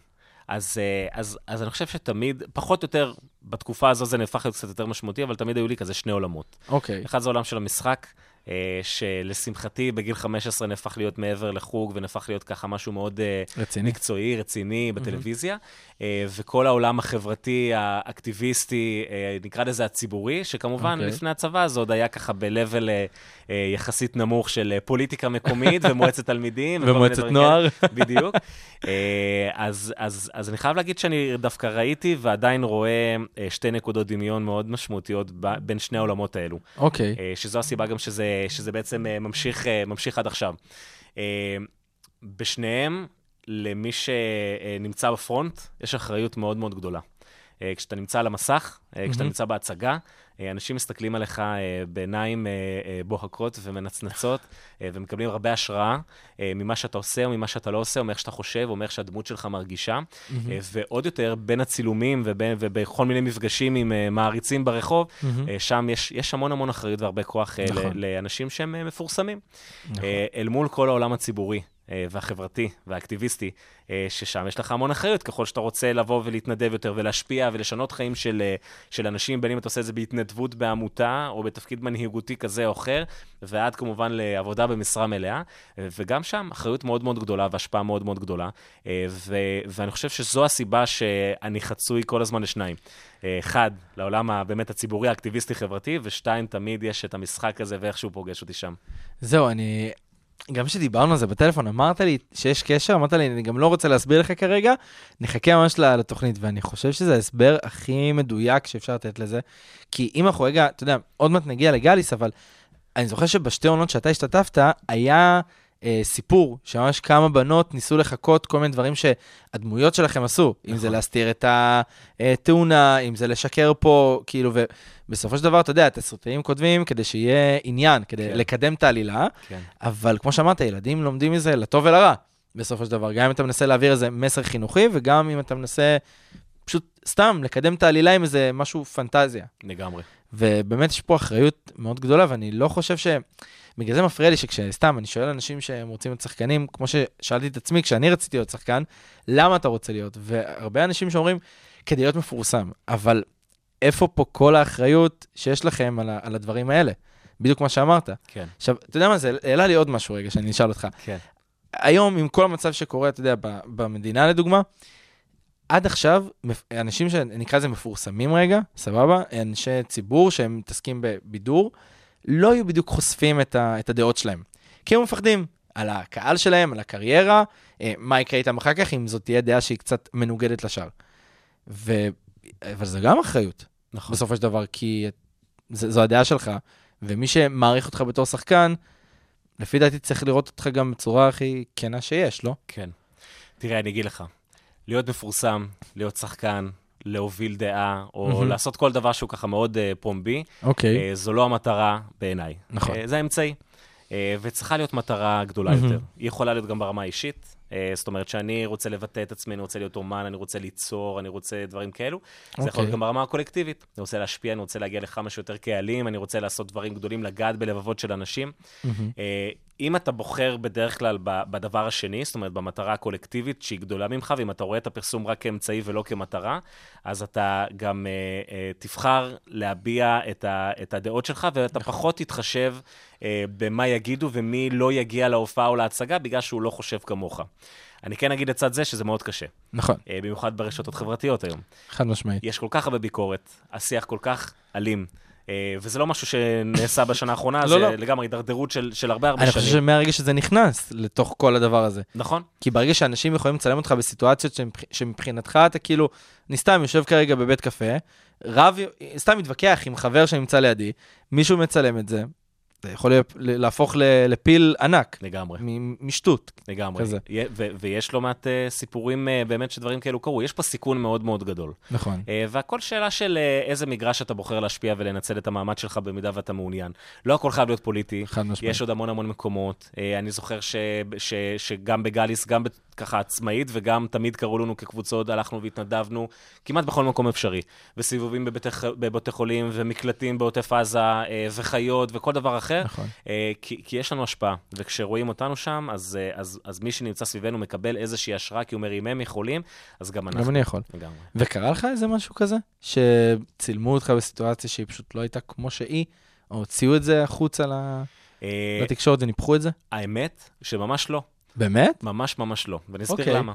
אז, אה, אז, אז אני חושב שתמיד, פחות או יותר, בתקופה הזו זה נהפך להיות קצת יותר משמעותי, אבל תמיד היו לי כזה שני עולמות.
אוקיי.
אחד זה העולם של המשחק, אה, שלשמחתי בגיל 15 נהפך להיות מעבר לחוג, ונהפך להיות ככה משהו מאוד... אה,
רציני.
מקצועי, רציני, בטלוויזיה, אה, וכל העולם החברתי, האקטיביסטי, אה, נקרא לזה הציבורי, שכמובן
אוקיי.
לפני הצבא זה עוד היה ככה ב-level אה, אה, יחסית נמוך של אה, פוליטיקה מקומית ומועצת תלמידים. וכל מיני
ומועצת
דברים
נוער.
כאלה. בדיוק. אה, אז- אז אז אני חייב להגיד שאני דווקא ראיתי ועדיין רואה אה, שתי נקודות דמיון מאוד משמעותיות ב- בין שני העולמות האלו.
אוקיי.
אה, שזו הסיבה גם שזה, שזה בעצם אה, ממשיך, אה, ממשיך עד עכשיו. אה, בשניהם, למי שנמצא בפרונט, יש אחריות מאוד מאוד גדולה. אה, כשאתה נמצא על המסך, אה, כשאתה נמצא בהצגה, אה, אנשים מסתכלים עליך אה, בעיניים אה, אה, בוהקות ומנצנצות, אה, ומקבלים הרבה השראה אה, ממה שאתה עושה או ממה שאתה לא עושה, או מאיך שאתה חושב, או מאיך שהדמות שלך מרגישה. אה, ועוד יותר, בין הצילומים ובין- ובכל מיני מפגשים עם אה, מעריצים ברחוב, אה, שם יש, יש המון המון אחריות והרבה כוח אה,
נכון.
ל- לאנשים שהם אה, מפורסמים. אה, אל מול כל העולם הציבורי. אה, והחברתי והאקטיביסטי, אה, ששם יש לך המון אחריות, ככל שאתה רוצה לבוא ולהתנדב יותר ולהשפיע ולשנות חיים של, אה, של אנשים, בין אם אתה עושה את זה בהתנדבות בעמותה או בתפקיד מנהיגותי כזה או אחר, ועד כמובן לעבודה במשרה מלאה, אה, וגם שם אחריות מאוד מאוד גדולה והשפעה מאוד מאוד גדולה, אה, ו, ואני חושב שזו הסיבה שאני חצוי כל הזמן לשניים. אה, אחד, לעולם הבאמת הציבורי, האקטיביסטי-חברתי, ושתיים, תמיד יש את המשחק הזה ואיך שהוא פוגש אותי שם.
זהו, אני... גם כשדיברנו על זה בטלפון, אמרת לי שיש קשר, אמרת לי, אני גם לא רוצה להסביר לך כרגע, נחכה ממש ל- לתוכנית, ואני חושב שזה ההסבר הכי מדויק שאפשר לתת לזה. כי אם אנחנו רגע, אתה יודע, עוד מעט נגיע לגליס, אבל אני זוכר שבשתי עונות שאתה השתתפת, היה אה, סיפור שממש כמה בנות ניסו לחקות כל מיני דברים שהדמויות שלכם עשו, אם זה להסתיר את התאונה, אם זה לשקר פה, כאילו, ובסופו של דבר, אתה יודע, התסריטאים כותבים כדי שיהיה עניין, כדי
כן.
לקדם את העלילה,
כן.
אבל כמו שאמרת, ילדים לומדים מזה לטוב ולרע, בסופו של דבר. גם אם אתה מנסה להעביר איזה מסר חינוכי, וגם אם אתה מנסה פשוט סתם לקדם את העלילה עם איזה משהו פנטזיה.
לגמרי.
ובאמת יש פה אחריות מאוד גדולה, ואני לא חושב ש... בגלל זה מפריע לי שכשסתם, אני שואל אנשים שהם רוצים להיות שחקנים, כמו ששאלתי את עצמי כשאני רציתי להיות שחקן, למה אתה רוצה להיות? והרבה אנשים שאומרים, כדי להיות מפורסם, אבל איפה פה כל האחריות שיש לכם על, ה- על הדברים האלה? בדיוק מה שאמרת.
כן.
עכשיו, אתה יודע מה זה, העלה לי עוד משהו רגע שאני אשאל אותך.
כן.
היום, עם כל המצב שקורה, אתה יודע, ב- במדינה לדוגמה, עד עכשיו, מפ- אנשים שנקרא לזה מפורסמים רגע, סבבה? אנשי ציבור שהם מתעסקים בבידור, לא היו בדיוק חושפים את, ה, את הדעות שלהם. כי הם מפחדים על הקהל שלהם, על הקריירה, אה, מה יקרה איתם אחר כך, אם זאת תהיה דעה שהיא קצת מנוגדת לשאר. ו... אבל זה גם אחריות,
נכון.
בסופו של דבר, כי ז, זו הדעה שלך, ומי שמעריך אותך בתור שחקן, לפי דעתי צריך לראות אותך גם בצורה הכי כנה שיש, לא?
כן. תראה, אני אגיד לך, להיות מפורסם, להיות שחקן, להוביל דעה, או
מהמם.
לעשות כל דבר שהוא ככה מאוד אה, פומבי,
אוקיי.
אה, זו לא המטרה בעיניי.
נכון.
אה, זה האמצעי. אה, וצריכה להיות מטרה גדולה
מהמם.
יותר. היא יכולה להיות גם ברמה האישית. אה, זאת אומרת שאני רוצה לבטא את עצמי, אני רוצה להיות אומן, אני רוצה ליצור, אני רוצה דברים כאלו. זה יכול
אוקיי.
להיות גם ברמה הקולקטיבית. אני רוצה להשפיע, אני רוצה להגיע לכמה שיותר קהלים, אני רוצה לעשות דברים גדולים, לגעת בלבבות של אנשים. אה, אם אתה בוחר בדרך כלל ב- בדבר השני, זאת אומרת, במטרה הקולקטיבית שהיא גדולה ממך, ואם אתה רואה את הפרסום רק כאמצעי ולא כמטרה, אז אתה גם אה, אה, תבחר להביע את, ה, את הדעות שלך, ואתה
נכון.
פחות תתחשב אה, במה יגידו ומי לא יגיע להופעה או להצגה, בגלל שהוא לא חושב כמוך. אני כן אגיד לצד זה שזה מאוד קשה,
נכון,
אה, במיוחד ברשתות חברתיות היום.
חד משמעית.
יש כל כך הרבה ביקורת, השיח כל כך אלים. אה, וזה לא משהו שנעשה בשנה האחרונה,
לא,
זה
לא.
לגמרי הידרדרות של, של הרבה הרבה
אני
שנים.
חושב שמהרגע שזה נכנס לתוך כל הדבר הזה.
נכון.
כי ברגע שאנשים יכולים לצלם אותך בסיטואציות שמבח- שמבחינתך אתה כאילו, אני סתם יושב כרגע בבית קפה, רב, סתם מתווכח עם חבר שנמצא לידי, מישהו מצלם את זה, זה יכול להיות- להפוך ל- לפיל ענק,
לגמרי,
מ- משטות.
לגמרי.
כזה.
יה- ו- ויש לא מעט אה, סיפורים אה, באמת שדברים כאלו קרו. יש פה סיכון מאוד מאוד גדול.
נכון.
אה, והכל שאלה של אה, איזה מגרש אתה בוחר להשפיע ולנצל את המעמד שלך במידה ואתה מעוניין. לא הכל חייב להיות פוליטי.
חד משמעית.
יש עוד המון המון מקומות. אה, אני זוכר ש, ש, שגם בגאליס, גם בת- ככה עצמאית, וגם תמיד קראו לנו כקבוצות, הלכנו והתנדבנו כמעט בכל מקום אפשרי. וסיבובים בבתי, ח- בבתי חולים, ומקלטים בעוטף עזה, אה, וחיות, וכל דבר אחר.
נכון.
אה, כי, כי יש לנו השפעה, וכשרואים אותנו שם, אז, אה, אז, אז מי שנמצא סביבנו מקבל איזושהי השראה, כי הוא אומר, אם הם יכולים, אז גם אנחנו.
גם אני יכול.
לגמרי.
וקרה לך איזה משהו כזה? שצילמו אותך בסיטואציה שהיא פשוט לא הייתה כמו שהיא, או הוציאו את זה החוצה ל-
אה,
לתקשורת וניפחו את זה?
האמת, שממש לא.
באמת?
ממש ממש לא, ואני אסביר
אוקיי.
למה.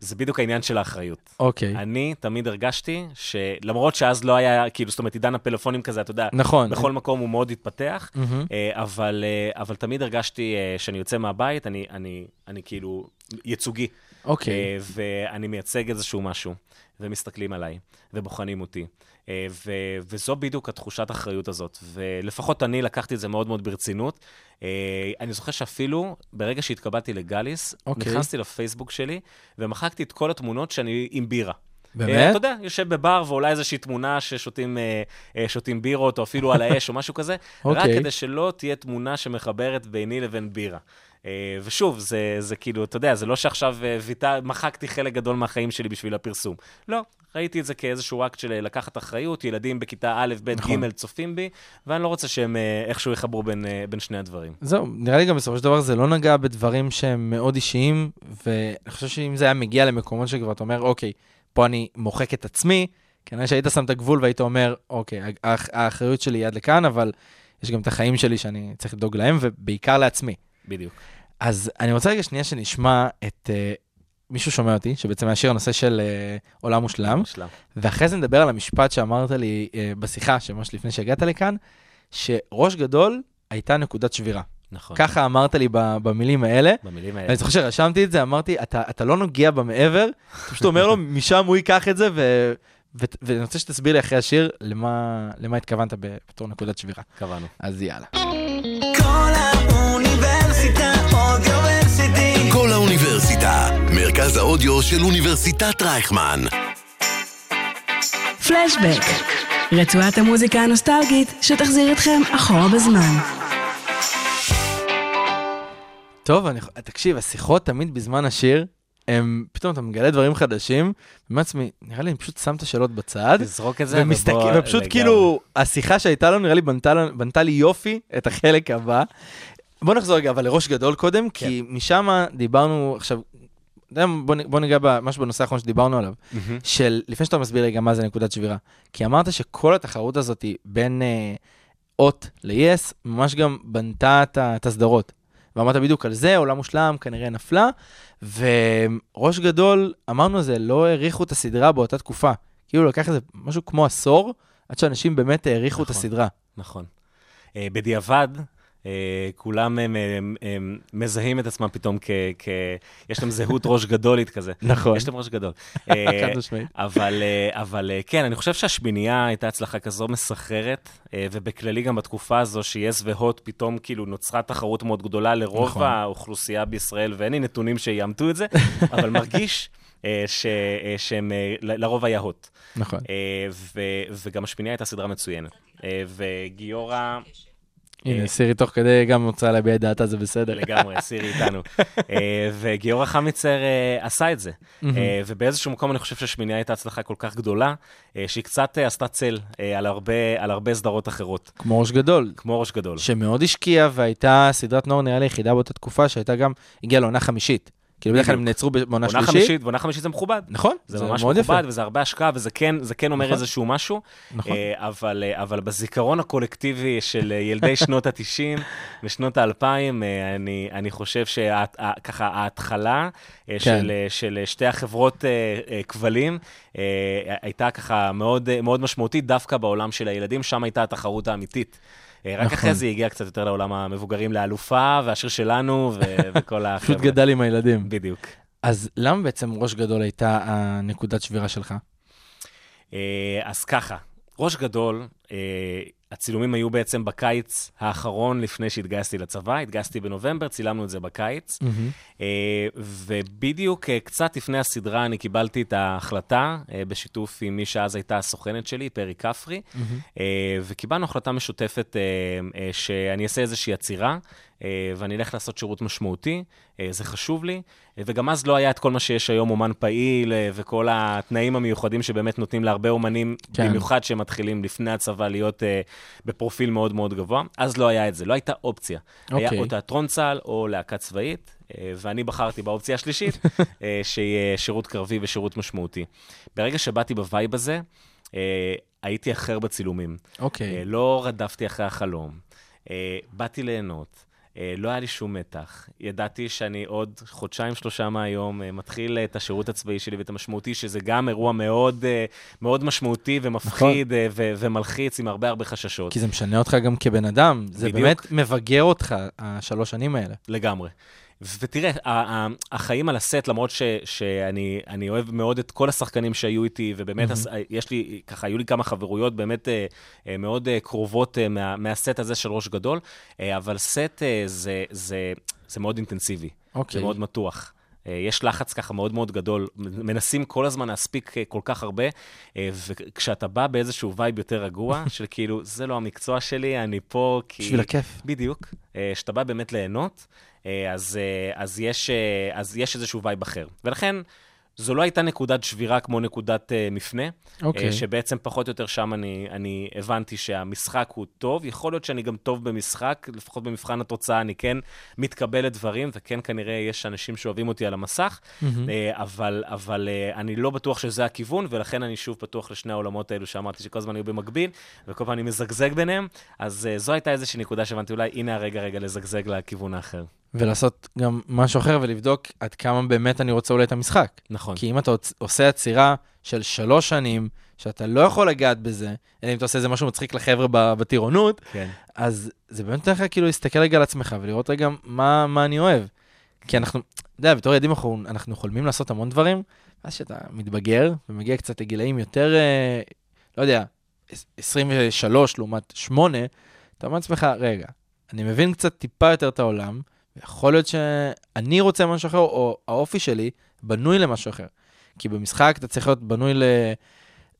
זה בדיוק העניין של האחריות.
אוקיי.
אני תמיד הרגשתי שלמרות שאז לא היה, כאילו, זאת אומרת, עידן הפלאפונים כזה, אתה יודע,
נכון.
בכל מקום הוא מאוד התפתח,
מהמם.
אה, אבל, אה, אבל תמיד הרגשתי אה, שאני יוצא מהבית, אני, אני, אני כאילו ייצוגי,
אוקיי.
אה, ואני מייצג איזשהו משהו, ומסתכלים עליי, ובוחנים אותי. אה, ו- וזו בדיוק התחושת האחריות הזאת, ולפחות אני לקחתי את זה מאוד מאוד ברצינות. אה, אני זוכר שאפילו ברגע שהתקבלתי לגאליס,
אוקיי.
נכנסתי לפייסבוק שלי, ומחקתי את כל התמונות שאני עם בירה. אה,
באמת?
אתה יודע, יושב בבר ואולי איזושהי תמונה ששותים אה, אה, שותים בירות, או אפילו על האש או משהו כזה, רק
אוקיי.
כדי שלא תהיה תמונה שמחברת ביני לבין בירה. אה, ושוב, זה, זה כאילו, אתה יודע, זה לא שעכשיו אה, ויתר, מחקתי חלק גדול מהחיים שלי בשביל הפרסום. לא, ראיתי את זה כאיזשהו אקט של אה, לקחת אחריות, ילדים בכיתה א', ב',
נכון.
ג' צופים בי, ואני לא רוצה שהם אה, איכשהו יחברו בין, אה, בין שני הדברים.
זהו, נראה לי גם בסופו של דבר זה לא נגע בדברים שהם מאוד אישיים, ואני חושב שאם זה היה מגיע למקומות שכבר אתה אומר, אוקיי, פה אני מוחק את עצמי, כנראה שהיית שם את הגבול והיית אומר, אוקיי, הא- האח- האחריות שלי היא עד לכאן, אבל יש גם את החיים שלי שאני צריך לדאוג להם, ובעיקר לעצמי.
בדיוק.
אז אני רוצה רגע שנייה שנשמע את... אה, מישהו שומע אותי, שבעצם השיר הנושא של אה, עולם מושלם,
שלם.
ואחרי זה נדבר על המשפט שאמרת לי אה, בשיחה, שממש לפני שהגעת לכאן, שראש גדול הייתה נקודת שבירה.
נכון.
ככה אמרת לי ב- במילים האלה.
במילים האלה.
אני זוכר שרשמתי את זה, אמרתי, "אתה- אתה לא נוגע במעבר, אתה פשוט אומר לו, משם הוא ייקח את זה, ו- ו- ואני רוצה שתסביר לי אחרי השיר למה למה התכוונת ב- בתור נקודת שבירה.
קבענו.
אז יאללה.
כל האוניברסיטה אודיוורסיטי
כל האוניברסיטה, מרכז האודיו של אוניברסיטת רייכמן.
פלשבק, רצועת המוזיקה הנוסטלגית שתחזיר אתכם אחורה בזמן.
טוב, אני, תקשיב, השיחות תמיד בזמן השיר, הם, פתאום אתה מגלה דברים חדשים, ומעצמי, נראה לי אני פשוט שם את השאלות בצד,
תזרוק את זה,
ומסתכל,
ובוא-
ופשוט
לגמרי.
כאילו, השיחה שהייתה לנו, נראה לי בנתה, לנו- בנתה לי יופי את החלק הבא. בוא נחזור רגע, אבל לראש גדול קודם, כן. כי משם דיברנו עכשיו, אתה יודע מה, בוא, נ- בוא ניגע ממש בנושא האחרון שדיברנו עליו,
מהמם.
של לפני שאתה מסביר רגע מה זה נקודת שבירה. כי אמרת שכל התחרות הזאת היא בין אה, הוט ל-yes, ממש גם בנתה את ה- את הסדרות. ואמרת בדיוק על זה, עולם מושלם כנראה נפלה, וראש גדול, אמרנו זה, לא העריכו את הסדרה באותה תקופה. כאילו לקח איזה משהו כמו עשור, עד שאנשים באמת העריכו את
נכון.
הסדרה.
נכון. אה, בדיעבד, אה, כולם הם, הם, הם מזהים את עצמם פתאום כ... כ... יש להם זהות ראש גדולית כזה.
נכון.
יש להם ראש גדול. אה,
חד משמעית.
אבל, אה, אבל אה, כן, אני חושב שהשמינייה הייתה הצלחה כזו מסחררת, אה, ובכללי גם בתקופה הזו שיס והוט פתאום כאילו נוצרה תחרות מאוד גדולה לרוב
נכון.
האוכלוסייה בישראל, ואין לי נתונים שיאמתו את זה, אבל מרגיש אה, ש, אה, שהם אה, ל- לרוב היה הוט.
נכון.
אה, ו- וגם השמינייה הייתה סדרה מצוינת. אה, וגיורא,
הנה, סירי תוך כדי גם רוצה להביע את דעתה, זה בסדר.
אה, לגמרי, סירי איתנו. אה, וגיורא חמיצר אה, עשה את זה. אה, ובאיזשהו מקום אני חושב שהשמינייה הייתה הצלחה כל כך גדולה, אה, שהיא קצת אה, עשתה צל אה, על הרבה- על הרבה סדרות אחרות,
כמו ראש גדול,
כמו ראש גדול.
שמאוד השקיעה והייתה סדרת נוער נראה לי יחידה באותה תקופה שהייתה גם, הגיעה לעונה חמישית. כאילו בדרך כלל הם נעצרו בעונה
עונה
שלישית.
חמישית, ועונה חמישית זה מכובד.
נכון,
זה ממש מכובד, וזה הרבה השקעה, וזה כן, זה כן אומר
נכון.
איזשהו משהו.
נכון.
אה, אבל, אה, אבל בזיכרון הקולקטיבי של אה, ילדי שנות ה-90 ושנות ה-2000, אני, אני חושב שככה ההתחלה
כן.
אה, של, אה, של אה, שתי החברות אה, אה, כבלים אה, הייתה ככה מאוד, אה, מאוד משמעותית דווקא בעולם של הילדים, שם הייתה התחרות האמיתית. אה, רק
נכון.
אחרי זה היא הגיעה קצת יותר לעולם המבוגרים, לאלופה, והשיר שלנו, ו- וכל החבר'ה.
פשוט גדל עם הילדים.
בדיוק.
אז למה בעצם ראש גדול הייתה הנקודת שבירה שלך?
אה, אז ככה, ראש גדול, אה, הצילומים היו בעצם בקיץ האחרון לפני שהתגייסתי לצבא, התגייסתי בנובמבר, צילמנו את זה בקיץ, אה, ובדיוק אה, קצת לפני הסדרה אני קיבלתי את ההחלטה, אה, בשיתוף עם מי שאז הייתה הסוכנת שלי, פרי כפרי, אה, וקיבלנו החלטה משותפת אה, אה, שאני אעשה איזושהי עצירה, אה, ואני אלך לעשות שירות משמעותי, אה, זה חשוב לי, אה, וגם אז לא היה את כל מה שיש היום, אומן פעיל, אה, וכל התנאים המיוחדים שבאמת נותנים להרבה אומנים,
כן.
כן. במיוחד שהם מתחילים לפני הצבא להיות אה, בפרופיל מאוד מאוד גבוה, אז לא היה את זה, לא הייתה אופציה. היה
אוקיי.
או תיאטרון צה"ל או להקה צבאית, אה, ואני בחרתי באופציה השלישית, אה, שיהיה שירות קרבי ושירות משמעותי. ברגע שבאתי בווייב הזה, אה, הייתי אחר בצילומים. אה,
אוקיי.
לא רדפתי אחרי החלום. אה, באתי ליהנות. אה, לא היה לי שום מתח. ידעתי שאני עוד חודשיים-שלושה מהיום אה, מתחיל את השירות הצבאי שלי ואת המשמעותי, שזה גם אירוע מאוד, אה, מאוד משמעותי ומפחיד אה, ו- ומלחיץ עם הרבה הרבה חששות.
כי זה משנה אותך גם כבן אדם, זה
בדיוק.
באמת מבגר אותך, השלוש שנים האלה.
לגמרי. ותראה, ה- ה- החיים על הסט, למרות ש, שאני אני אוהב מאוד את כל השחקנים שהיו איתי, ובאמת, mm-hmm. יש לי, ככה, היו לי כמה חברויות באמת אה, אה, מאוד אה, קרובות אה, מה, מהסט הזה של ראש גדול, אה, אבל סט אה, זה, זה, זה מאוד אינטנסיבי,
אוקיי.
זה מאוד מתוח. אה, יש לחץ ככה מאוד מאוד גדול, מ- מנסים כל הזמן להספיק אה, כל כך הרבה, אה, וכשאתה בא באיזשהו וייב יותר רגוע, של כאילו, זה לא המקצוע שלי, אני פה כי...
בשביל הכיף.
בדיוק, אה, שאתה בא באמת ליהנות, אה, אז, אה, אז, יש, אה, אז יש איזשהו וייב אחר. ולכן, זו לא הייתה נקודת שבירה כמו נקודת אה, מפנה,
אוקיי.
אה, שבעצם פחות או יותר שם אני, אני הבנתי שהמשחק הוא טוב, יכול להיות שאני גם טוב במשחק, לפחות במבחן התוצאה אני כן מתקבל לדברים, וכן כנראה יש אנשים שאוהבים אותי על המסך,
Mm-hmm.
אה, אבל, אבל אה, אני לא בטוח שזה הכיוון, ולכן אני שוב פתוח לשני העולמות האלו שאמרתי שכל הזמן היו במקביל, וכל פעם אני מזגזג ביניהם, אז אה, זו הייתה איזושהי נקודה שהבנתי, אולי הנה הרגע רגע לזגזג לכיוון האחר.
ולעשות גם משהו אחר ולבדוק עד כמה באמת אני רוצה אולי את המשחק.
נכון.
כי אם אתה עוצ- עושה עצירה של שלוש שנים, שאתה לא יכול לגעת בזה, אלא אם אתה עושה איזה משהו מצחיק לחבר'ה ב- בטירונות,
כן.
אז זה באמת נותן לך כאילו להסתכל רגע על עצמך ולראות רגע מה, מה אני אוהב. כי אנחנו, אתה יודע, בתור ילדים אנחנו, אנחנו חולמים לעשות המון דברים, אז כשאתה מתבגר ומגיע קצת לגילאים יותר, אה, לא יודע, 23 לעומת 8, אתה אומר לעצמך, רגע, אני מבין קצת טיפה יותר את העולם, יכול להיות שאני רוצה משהו אחר, או האופי שלי בנוי למשהו אחר. כי במשחק אתה צריך להיות בנוי ל...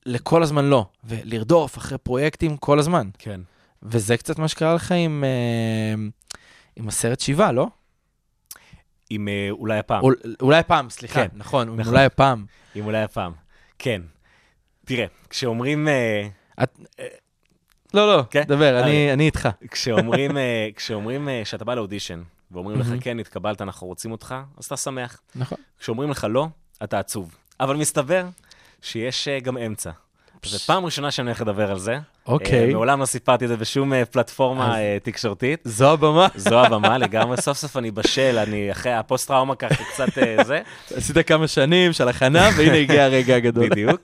לכל הזמן לא, ולרדוף אחרי פרויקטים כל הזמן.
כן.
וזה קצת מה שקרה לך עם, אה, עם הסרט שבעה, לא?
עם אה, אולי הפעם.
אול, אולי פעם, סליחה,
כן,
נכון, עם
נכון.
אולי פעם.
אם אולי הפעם. כן. תראה, כשאומרים, אה,
לא, לא,
כן?
דבר,
אה,
אני, אני איתך.
כשאומרים, אה, כשאומרים אה, שאתה בא לאודישן, ואומרים לך, כן, התקבלת, אנחנו רוצים אותך, אז אתה שמח.
נכון.
כשאומרים לך לא, אתה עצוב. אבל מסתבר שיש אה, גם אמצע. זו פעם ראשונה שאני הולך לדבר על זה,
אוקיי.
אה, מעולם לא סיפרתי את זה בשום אה, פלטפורמה אה, תקשורתית.
זו הבמה.
זו הבמה לגמרי, סוף סוף אני בשל, אני אחרי הפוסט-טראומה ככה קצת אה, זה.
עשית כמה שנים של הכנה, והנה הגיע הרגע הגדול.
בדיוק.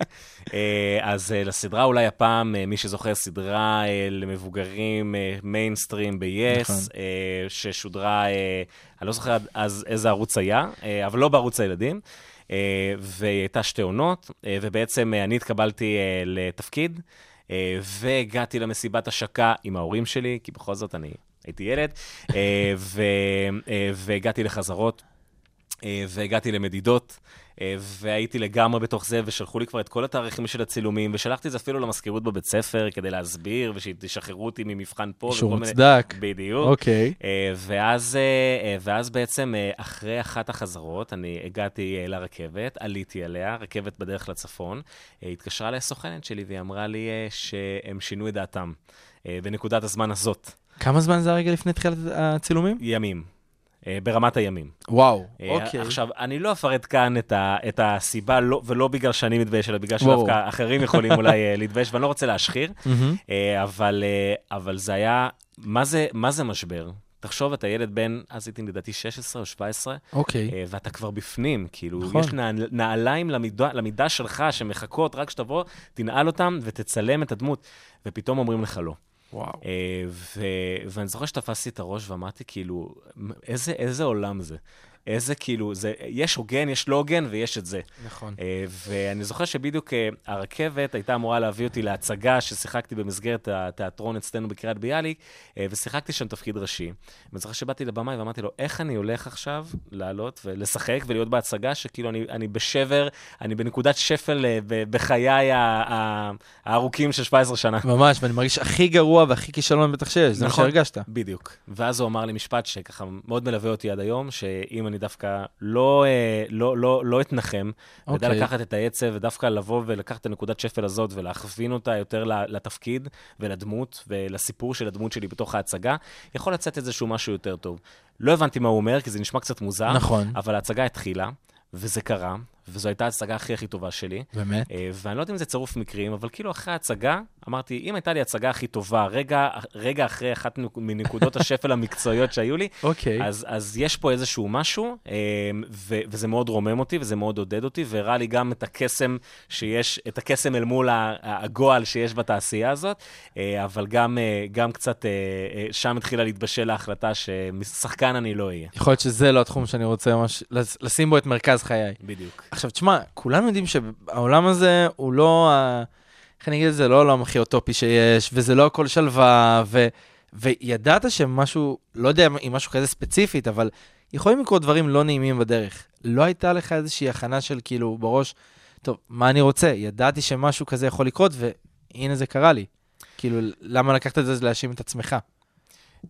אה, אז אה, לסדרה אולי הפעם, אה, מי שזוכר, סדרה אה, למבוגרים אה, מיינסטרים
נכון.
ב-yes, אה, ששודרה, אה, אני לא זוכר עד אז איזה ערוץ היה, אה, אבל לא בערוץ הילדים. אה, והיא הייתה שתי עונות, אה, ובעצם אה, אני התקבלתי אה, לתפקיד, אה, והגעתי למסיבת השקה עם ההורים שלי, כי בכל זאת אני הייתי ילד, אה, ו- אה, והגעתי לחזרות. אה, והגעתי למדידות, אה, והייתי לגמרי בתוך זה, ושלחו לי כבר את כל התאריכים של הצילומים, ושלחתי את זה אפילו למזכירות בבית ספר כדי להסביר, ושתשחררו אותי ממבחן פה.
אישור
וכל מיני-
מוצדק.
בדיוק.
אוקיי.
אה, ואז, אה, אה, ואז בעצם, אה, אחרי אחת החזרות, אני הגעתי אה, לרכבת, עליתי עליה, רכבת בדרך לצפון, אה, התקשרה אליי הסוכנת שלי והיא אמרה לי אה, שהם שינו את דעתם אה, בנקודת הזמן הזאת,
כמה זמן זה הרגע לפני תחילת הצילומים?
ימים, אה, ברמת הימים.
וואו, אוקיי.
אה, עכשיו, אני לא אפרט כאן את, ה, את הסיבה, לא, ולא בגלל שאני מתבייש, אלא בגלל
ברור.
שדווקא אחרים יכולים אולי אה, להתבייש, ואני לא רוצה להשחיר, אה, אבל, אה, אבל זה היה, מה זה, מה זה משבר? תחשוב, אתה ילד בן, אז הייתי לדעתי 16 או 17,
אוקיי.
אה, ואתה כבר בפנים, כאילו,
נכון.
נכון. יש נעל- נעליים למידה, למידה שלך שמחכות, רק שתבוא, תנעל אותם ותצלם את הדמות, ופתאום אומרים לך לא.
וואו.
אה, ו... ואני זוכר שתפסתי את הראש ואמרתי, כאילו, מ- איזה, איזה עולם זה? איזה, כאילו, זה, יש הוגן, יש לא הוגן ויש את זה.
נכון.
אה, ואני זוכר שבדיוק אה, הרכבת הייתה אמורה להביא אותי להצגה ששיחקתי במסגרת התיאטרון אצלנו בקריית ביאליק, אה, ושיחקתי שם תפקיד ראשי. ואני זוכר שבאתי לבמאי ואמרתי לו, איך אני הולך עכשיו לעלות ולשחק ולהיות בהצגה, שכאילו אני, אני בשבר, אני בנקודת שפל אה, ב- בחיי ה- ה- הארוכים של 17 שנה.
ממש, ואני מרגיש הכי גרוע והכי כישלון בטח שיש, זה מה
נכון,
שהרגשת.
בדיוק. ואז הוא אמר לי משפט שככה מאוד מלווה אותי עד היום, שאם אני דווקא לא, אה, לא, לא, לא אתנחם, וידע
אוקיי.
לקחת את העצב, ודווקא לבוא ולקחת את הנקודת שפל הזאת ולהכווין אותה יותר ל- לתפקיד ולדמות ולסיפור של הדמות שלי בתוך ההצגה, יכול לצאת איזשהו משהו יותר טוב. לא הבנתי מה הוא אומר, כי זה נשמע קצת מוזר,
נכון.
אבל ההצגה התחילה, וזה קרה, וזו הייתה ההצגה הכי הכי טובה שלי.
באמת?
אה, ואני לא יודע אם זה צירוף מקרים, אבל כאילו אחרי ההצגה, אמרתי, אם הייתה לי הצגה הכי טובה, רגע, רגע אחרי אחת נוק- מנקודות השפל המקצועיות שהיו לי,
אוקיי.
אז, אז יש פה איזשהו משהו, אה, ו, וזה מאוד רומם אותי, וזה מאוד עודד אותי, והראה לי גם את הקסם שיש, את הקסם אל מול ה- ה- הגועל שיש בתעשייה הזאת, אה, אבל גם, אה, גם קצת, אה, אה, שם התחילה להתבשל ההחלטה ששחקן אני לא אהיה.
יכול להיות שזה לא התחום שאני רוצה ממש לש- לשים בו את מרכז חיי.
בדיוק.
עכשיו, תשמע, כולנו יודעים שהעולם הזה הוא לא ה... איך אני אגיד את זה? לא העולם הכי אוטופי שיש, וזה לא הכל שלווה, ו... וידעת שמשהו, לא יודע אם משהו כזה ספציפית, אבל יכולים לקרות דברים לא נעימים בדרך. לא הייתה לך איזושהי הכנה של כאילו בראש, טוב, מה אני רוצה? ידעתי שמשהו כזה יכול לקרות, והנה זה קרה לי. כאילו, למה לקחת את זה להאשים את עצמך?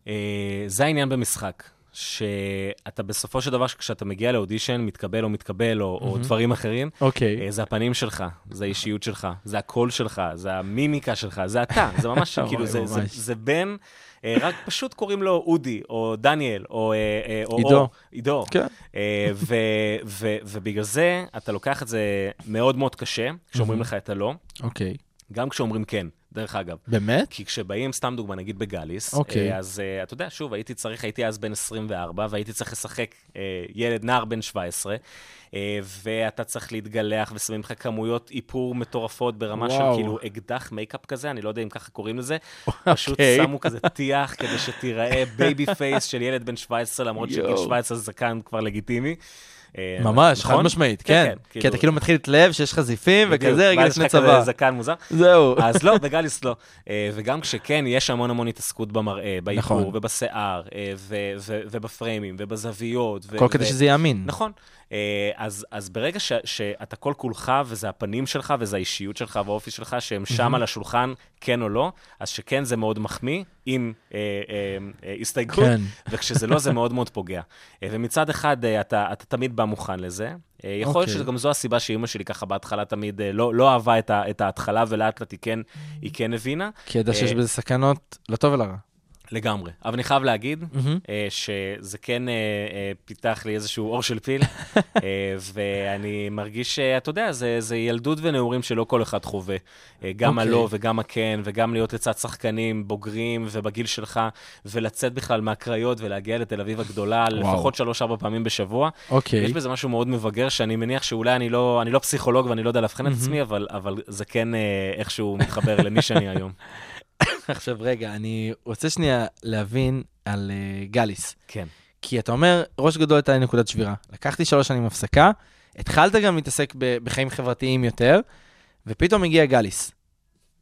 אה, זה העניין במשחק, שאתה בסופו של דבר, כשאתה מגיע לאודישן, מתקבל או מתקבל, או, או דברים אחרים,
אוקיי.
אה, זה הפנים שלך, זה האישיות שלך, זה הקול שלך, זה המימיקה שלך, זה אתה, זה ממש
אוי,
כאילו, זה, זה,
ממש.
זה בן, אה, רק פשוט קוראים לו אודי, או דניאל, או... אה, אה, או
עידו.
או, עידו.
כן.
אה, ו, ו, ובגלל זה, אתה לוקח את זה מאוד מאוד קשה, כשאומרים לך את הלא,
אוקיי.
גם כשאומרים כן, דרך אגב.
באמת?
כי כשבאים, סתם דוגמה, נגיד בגאליס,
אוקיי.
אה, אז אה, אתה יודע, שוב, הייתי צריך, הייתי אז בן 24, והייתי צריך לשחק אה, ילד, נער בן 17, אה, ואתה צריך להתגלח, ושמים לך כמויות איפור מטורפות ברמה
וואו.
של כאילו אקדח מייקאפ כזה, אני לא יודע אם ככה קוראים לזה, פשוט
אוקיי.
שמו כזה טיח כדי שתיראה בייבי פייס של ילד בן 17, למרות שגיל
יואו.
17 זקן כבר לגיטימי. אה,
ממש, חד
נכון?
משמעית, כן. כי אתה כאילו מתחיל להתלהב שיש חזיפים וכזה רגע
ואז יש
לפני
לך כזה
צבא.
זקן מוזר.
זהו.
אז לא, בגאליס לא. אה, וגם כשכן, יש המון המון התעסקות במראה,
נכון.
באיפור, ובשיער, אה, ו- ו- ובפריימים, ובזוויות. ו-
הכל
ו-
כדי שזה יהיה אמין.
נכון. אה, אז, אז ברגע ש, שאתה כל כולך, וזה הפנים שלך, וזה האישיות שלך, והאופי שלך, שהם שם על השולחן, כן או לא, אז שכן זה מאוד מחמיא, עם אה, אה, אה, הסתייגות,
כן.
וכשזה לא, זה מאוד מאוד פוגע. אה, ומצד אחד, אה, אתה, אתה תמיד בא מוכן לזה. אה, יכול להיות
אוקיי.
שגם זו הסיבה שאימא שלי ככה בהתחלה תמיד אה, לא, לא אהבה
Mm-hmm.
את, ה, את ההתחלה, ולאט לאט היא כן, היא כן הבינה.
כי ידע שיש
אה,
בזה סכנות לטוב ולרע.
לגמרי. אבל אני חייב להגיד
Mm-hmm.
אה, שזה כן אה, אה, פיתח לי איזשהו אור של פיל, אה, ואני מרגיש, שאתה יודע, זה, זה ילדות ונעורים שלא כל אחד חווה. אה, גם
אוקיי.
הלא וגם הכן, וגם להיות לצד שחקנים בוגרים ובגיל שלך, ולצאת בכלל מהקריות ולהגיע לתל אביב הגדולה לפחות שלוש-ארבע פעמים בשבוע.
אוקיי.
יש בזה משהו מאוד מבגר, שאני מניח שאולי אני לא, אני לא פסיכולוג ואני לא יודע לאבחן את עצמי, אבל, אבל זה כן אה, איכשהו מתחבר למי שאני היום.
עכשיו רגע, אני רוצה שנייה להבין על אה, גליס.
כן.
כי אתה אומר, ראש גדול הייתה לי נקודת שבירה. לקחתי שלוש שנים הפסקה, התחלת גם להתעסק ב- בחיים חברתיים יותר, ופתאום הגיע גליס.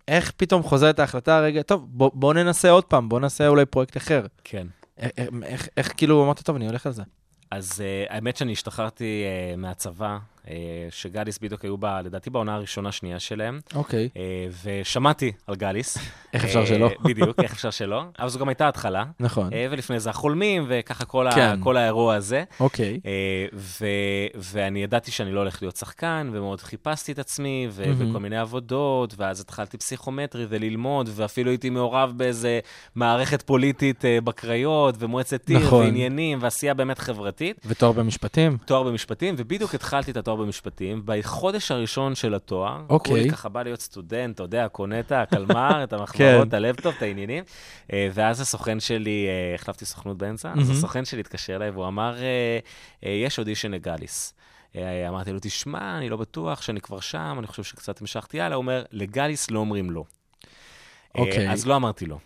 איך פתאום חוזרת ההחלטה, רגע, טוב, בוא, בוא ננסה עוד פעם, בוא נעשה אולי פרויקט אחר.
כן.
איך, איך, איך, איך כאילו אמרת, טוב, אני הולך על זה.
אז uh, האמת שאני השתחררתי uh, מהצבא, uh, שגאליס בדיוק היו, בה, לדעתי, בעונה הראשונה, שנייה שלהם,
אוקיי.
uh, ושמעתי על גאליס.
איך אפשר שלא?
בדיוק, איך אפשר שלא. אבל זו גם הייתה התחלה.
נכון.
אה, ולפני זה החולמים, וככה כל,
כן.
ה, כל האירוע הזה.
אוקיי.
אה, ו, ואני ידעתי שאני לא הולך להיות שחקן, ומאוד חיפשתי את עצמי, ו,
מהמם.
וכל מיני עבודות, ואז התחלתי פסיכומטרי וללמוד, ואפילו הייתי מעורב באיזה מערכת פוליטית אה, בקריות, ומועצת עיר,
נכון.
ועניינים, ועשייה באמת חברתית.
ותואר במשפטים?
תואר במשפטים, ובדיוק התחלתי את התואר במשפטים. בחודש הראשון של התואר,
אוקיי.
כולי ככה בא להיות סטודנט, אתה יודע, קונה את הקלמר, את המחמרות,
כן.
את הלפטופ, את העניינים. אה, ואז הסוכן שלי, אה, החלפתי סוכנות באמצע,
מהמם.
אז הסוכן שלי התקשר אליי והוא אמר, אה, אה, יש אודישן לגאליס. אה, אמרתי לו, תשמע, אני לא בטוח שאני כבר שם, אני חושב שקצת המשכתי הלאה. הוא אומר, לגאליס לא אומרים לא. אה,
אוקיי.
אז לא אמרתי לא.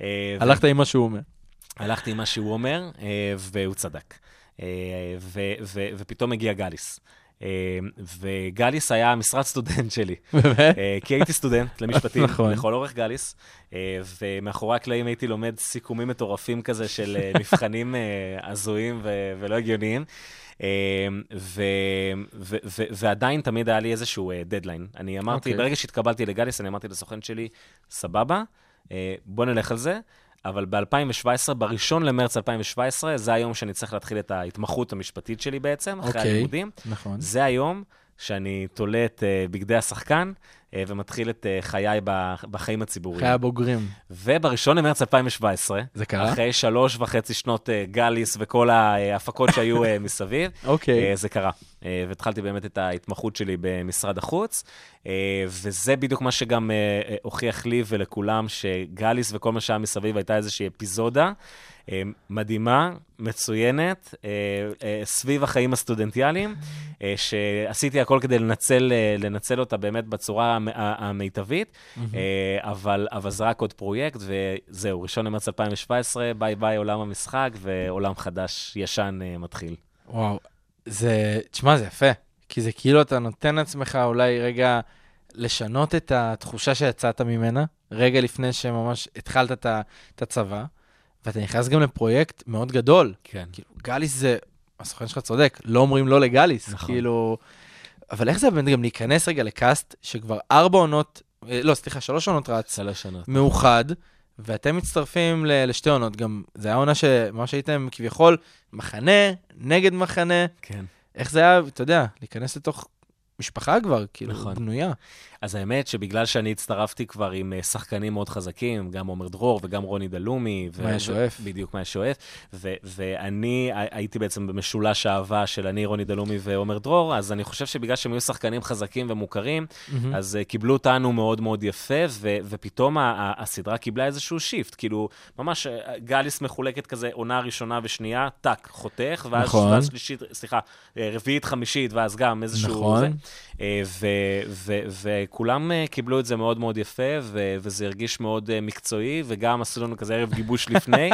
אה, ו-
הלכת עם מה שהוא אומר.
הלכתי עם מה שהוא אומר, אה, והוא צדק. אה, ו- ו- ופתאום הגיע גליס. אה, וגליס היה משרד סטודנט שלי.
באמת?
אה, כי הייתי סטודנט למשפטים,
נכון.
לכל אורך גליס, אה, ומאחורי הקלעים הייתי לומד סיכומים מטורפים כזה של אה, מבחנים אה, הזויים ו- ולא הגיוניים. אה, ו- ו- ו- ועדיין תמיד היה לי איזשהו אה, דדליין. אני אמרתי,
אוקיי.
ברגע שהתקבלתי לגליס, אני אמרתי לסוכן שלי, סבבה, אה, בוא נלך על זה. אבל ב-2017, ב-1 למרץ 2017, זה היום שאני צריך להתחיל את ההתמחות המשפטית שלי בעצם, אחרי
אוקיי.
הלימודים.
נכון.
זה היום שאני תולה את אה, בגדי השחקן אה, ומתחיל את אה, חיי ב- בחיים הציבוריים.
חיי הבוגרים.
Mm-hmm. וב-1 למרץ 2017,
זה קרה?
אחרי שלוש וחצי שנות אה, גאליס וכל ההפקות שהיו אה, מסביב,
אוקיי.
אה, זה קרה. אה, והתחלתי באמת את ההתמחות שלי במשרד החוץ, אה, וזה בדיוק מה שגם אה, אה, הוכיח לי ולכולם, שגאליס וכל מה שהיה מסביב הייתה איזושהי אפיזודה אה, מדהימה, מצוינת, אה, אה, סביב החיים הסטודנטיאליים, אה, שעשיתי הכל כדי לנצל, אה, לנצל אותה באמת בצורה המ- ה- המיטבית, אה, אבל, אבל זה רק עוד פרויקט, וזהו, 1 למרץ 2017, ביי ביי עולם המשחק, ועולם חדש, ישן, אה, מתחיל.
וואו, זה, תשמע, זה יפה. כי זה כאילו אתה נותן לעצמך אולי רגע לשנות את התחושה שיצאת ממנה, רגע לפני שממש התחלת את ה- את הצבא, ואתה נכנס גם לפרויקט מאוד גדול.
כן.
כאילו, גליס זה, הסוכן שלך צודק, לא אומרים לא לגליס.
נכון.
כאילו... אבל איך זה באמת גם להיכנס רגע לקאסט שכבר ארבע עונות, אה, לא, סליחה, שלוש עונות רץ,
שלוש שנות.
מאוחד, ואתם מצטרפים ל- לשתי עונות גם. זה היה עונה שממש הייתם כביכול מחנה, נגד מחנה.
כן.
איך זה היה, אתה יודע, להיכנס לתוך משפחה כבר, כאילו,
נכון.
בנויה.
אז האמת שבגלל שאני הצטרפתי כבר עם אה, שחקנים מאוד חזקים, גם עומר דרור וגם רוני דלומי. ו-
מאיה שואף.
ו- בדיוק, מאיה שואף. ו- ואני הי- הייתי בעצם במשולש אהבה של אני, רוני דלומי ועומר דרור, אז אני חושב שבגלל שהם היו שחקנים חזקים ומוכרים, אז אה, קיבלו אותנו מאוד מאוד יפה, ו- ופתאום ה- ה- הסדרה קיבלה איזשהו שיפט. כאילו, ממש אה, גאליס מחולקת כזה עונה ראשונה ושנייה, טאק, חותך, ואז,
נכון.
ואז שלישית, סליחה, אה, רביעית, חמישית, ואז גם איזשהו...
נכון.
זה. אה, ו- ו- וכולם אה, קיבלו את זה מאוד מאוד יפה, ו- וזה הרגיש מאוד אה, מקצועי, וגם עשו לנו כזה ערב גיבוש לפני,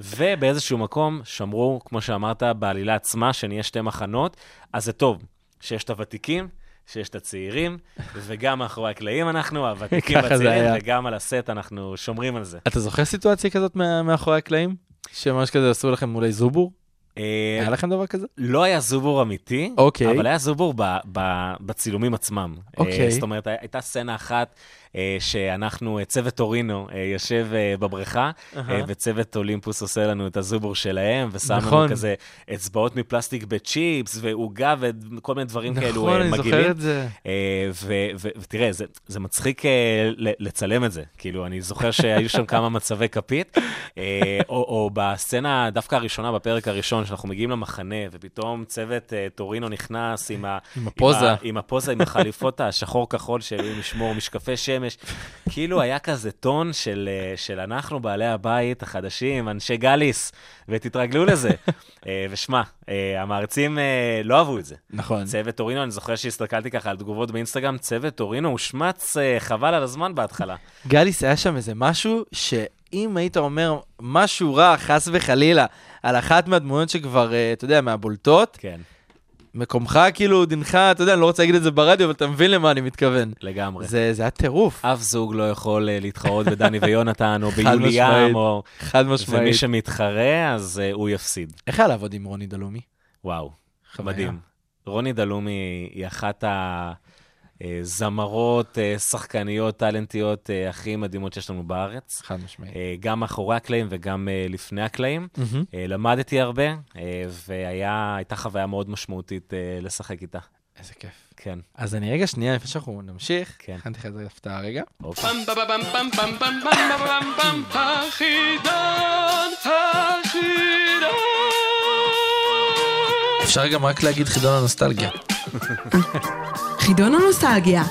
ובאיזשהו מקום שמרו, כמו שאמרת, בעלילה עצמה, שנהיה שתי מחנות, אז זה טוב שיש את הוותיקים. שיש את הצעירים, וגם מאחורי הקלעים אנחנו, הוותיקים
ככה זה
והצעירים,
היה.
וגם על הסט אנחנו שומרים על זה.
אתה זוכר סיטואציה כזאת מה- מאחורי הקלעים? שממש כזה עשו לכם אולי זובור?
אה,
היה לכם דבר כזה?
לא היה זובור אמיתי,
אוקיי.
אבל היה זובור ב, ב, בצילומים עצמם.
אוקיי.
אה, זאת אומרת, הי- הייתה סצנה אחת אה, שאנחנו, אה, צוות טורינו אה, יושב אה, בבריכה, אה, וצוות אולימפוס עושה לנו את הזובור שלהם, ושם לנו
נכון.
כזה אצבעות מפלסטיק בצ'יפס, ועוגה וכל מיני דברים כאלו
נכון,
אה,
אני
מגעילים.
זוכר את זה.
אה, ו- ו- ותראה, זה, זה מצחיק אה, ל- לצלם את זה. כאילו, אני זוכר שהיו שם כמה מצבי כפית, אה, או, או בסצנה דווקא הראשונה, בפרק הראשון, שאנחנו מגיעים למחנה, ופתאום צוות אה, טורינו נכנס עם, ה- עם
הפוזה.
ה- עם הפוזה, עם החליפות השחור-כחול שאלוהים ישמור, משקפי שמש. כאילו, היה כזה טון של, אה, של אנחנו, בעלי הבית החדשים, אנשי גליס, ותתרגלו לזה. אה, ושמע, אה, המעריצים אה, לא אהבו את זה.
נכון.
צוות טורינו, אני זוכר שהסתכלתי ככה על תגובות באינסטגרם, צוות טורינו הושמץ אה, חבל על הזמן בהתחלה.
גליס, היה שם איזה משהו שאם היית אומר משהו רע, חס וחלילה, על אחת מהדמויות שכבר, אה, אתה יודע, מהבולטות,
כן,
מקומך כאילו, דינך, אתה יודע, אני לא רוצה להגיד את זה ברדיו, אבל אתה מבין למה אני מתכוון.
לגמרי.
זה, זה היה טירוף,
אף זוג לא יכול אה, להתחרות בדני ויונתן, או
חד
ביוליאם,
משמעית.
או...
חד
ומי
משמעית.
שמתחרה, אז אה, הוא יפסיד.
איך היה לעבוד עם רוני דלומי?
וואו,
חוויה.
מדהים. רוני דלומי היא אחת הזמרות, אה, שחקניות, טאלנטיות אה, הכי מדהימות שיש לנו בארץ.
חד משמעית.
אה, גם מאחורי הקלעים וגם אה, לפני הקלעים.
מהמם.
אה, למדתי הרבה, אה, והייתה חוויה מאוד משמעותית אה, לשחק איתה.
איזה כיף.
כן,
אז אני רגע שנייה, לפני שאנחנו נמשיך,
כן.
הכנתי לך איזה הפתעה רגע.
אופה.
אפשר גם רק להגיד חידון הנוסטלגיה.
חידון הנוסטלגיה,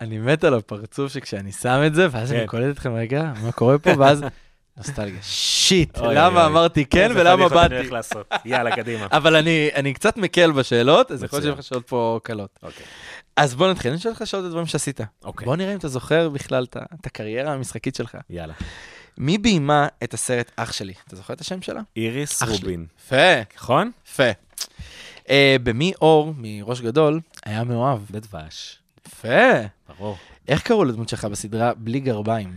אני מת על הפרצוף שכשאני שם את זה, ואז אני
כן.
קולט אתכם רגע, מה קורה פה, ואז נוסטלגיה. שיט,
אוי,
למה
אוי, אוי.
אמרתי כן
איזה
ולמה
פדיחות אני הולך
באתי.
לעשות. יאללה, קדימה.
אבל אני, אני קצת מקל בשאלות, אז יכול להיות
מצוין.
שיהיו לך שאלות פה קלות.
אוקיי.
אז בוא נתחיל, אני אשאל אותך שאלות את הדברים שעשית.
אוקיי.
בוא נראה אם אתה זוכר בכלל את ה- את הקריירה המשחקית שלך.
יאללה.
מי ביימה את הסרט אח שלי? אתה זוכר את השם שלה?
איריס
אח שלי.
רובין,
יפה,
נכון?
יפה. אה, במי אור, מראש גדול, היה מאוהב?
בדבש.
יפה.
ברור.
איך קראו לדמות שלך בסדרה בלי גרביים?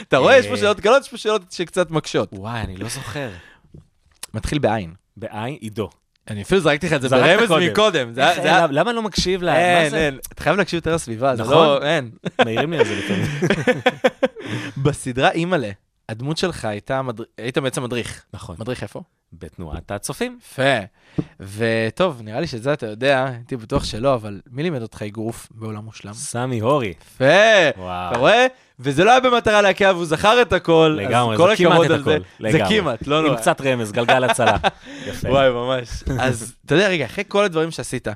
אתה רואה, יש פה שאלות קלות, יש פה שאלות שקצת מקשות.
וואי, אני לא זוכר.
מתחיל בעין.
בעין עידו.
אני אפילו זרקתי לך את זה
זרקת
ברמז
קודם.
מקודם. זה היה-
איך-
זה היה-
למה- למה לא מקשיב לה? מה
אין,
זה?
אין. אתה חייב להקשיב יותר לסביבה, זה
נכון.
לא... אין.
מעירים לי על זה לפעמים.
בסדרה אימא'לה, הדמות שלך הייתה... מדר- היית בעצם מדריך.
נכון.
מדריך איפה?
בתנועת הצופים.
יפה. וטוב, נראה לי שאת זה אתה יודע, הייתי בטוח שלא, אבל מי לימד אותך אגרוף בעולם מושלם?
סמי הורי.
יפה.
וואו.
אתה רואה? וזה לא היה במטרה לעכב, הוא זכר את הכל. אז
לגמרי,
כל
זה כמעט
הכבוד
את
על זה.
הכל.
זה
לגמרי.
כמעט, לא נורא.
עם קצת רמז, גלגל הצלה. יפה.
וואי, ממש. אז אתה יודע, רגע, אחרי כל הדברים שעשית,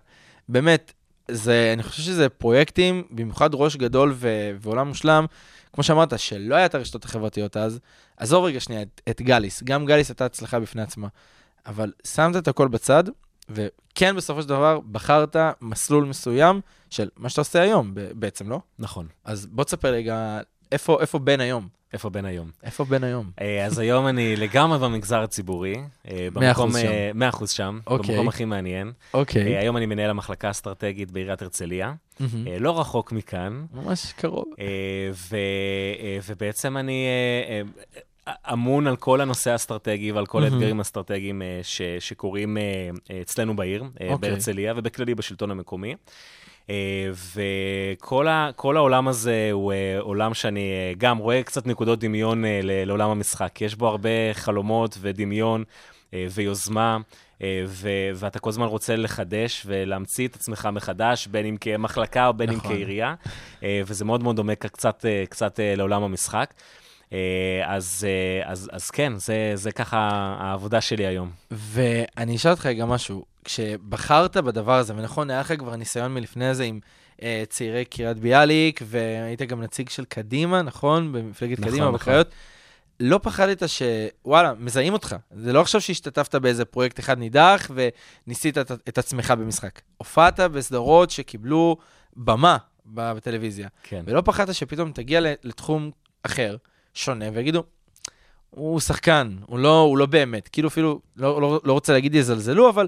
באמת, זה, אני חושב שזה פרויקטים, במיוחד ראש גדול ו- ועולם מושלם, כמו שאמרת, שלא היה את הרשתות החברתיות אז. עזוב רגע שנייה את, את גליס, גם גליס הייתה הצלחה בפני עצמה, אבל שמת את הכל בצד, וכן, בסופו של דבר, בחרת מסלול מסוים של מה שאתה עושה היום, ב- בעצם, לא?
נכון.
אז בוא תספר רגע, איפה, איפה בן היום?
איפה בן היום?
איפה בן היום?
אה, אז היום אני לגמרי במגזר הציבורי. אה,
מאה אחוז
במקום,
שם.
אה, מאה אחוז שם.
אוקיי.
במקום הכי מעניין. אה,
אוקיי.
היום אני מנהל המחלקה האסטרטגית בעיריית הרצליה.
Mm-hmm.
אה, לא רחוק מכאן.
ממש קרוב.
אה, ו- אה, ובעצם אני אה, אה, אמון על כל הנושא האסטרטגי ועל כל
Mm-hmm.
האתגרים האסטרטגיים אה, ש- שקורים אה, אה, אצלנו בעיר, אה,
אוקיי.
בהרצליה ובכללי בשלטון המקומי. אה, וכל ה- כל העולם הזה הוא אה, עולם שאני אה, גם רואה קצת נקודות דמיון אה, ל- לעולם המשחק. כי יש בו הרבה חלומות ודמיון אה, ויוזמה. אה, ו- ואתה כל הזמן רוצה לחדש ולהמציא את עצמך מחדש, בין אם כמחלקה או בין אם
נכון.
כעירייה, אה, וזה מאוד מאוד דומה קצת, אה, קצת אה, לעולם המשחק. אה, אז, אה, אז, אז כן, זה, זה ככה העבודה שלי היום.
ואני אשאל אותך גם משהו, כשבחרת בדבר הזה, ונכון, היה לך כבר ניסיון מלפני זה עם אה, צעירי קריית ביאליק, והיית גם נציג של קדימה, נכון? במפלגת
נכון,
קדימה,
נכון.
בקריות. לא פחדת שוואלה, מזהים אותך. זה לא עכשיו שהשתתפת באיזה פרויקט אחד נידח וניסית את, את עצמך במשחק. הופעת בסדרות שקיבלו במה ב- בטלוויזיה,
כן.
ולא פחדת שפתאום תגיע ל- לתחום אחר, שונה, ויגידו, הוא שחקן, הוא לא, הוא לא באמת. כאילו אפילו, לא, לא, לא רוצה להגיד יזלזלו, אבל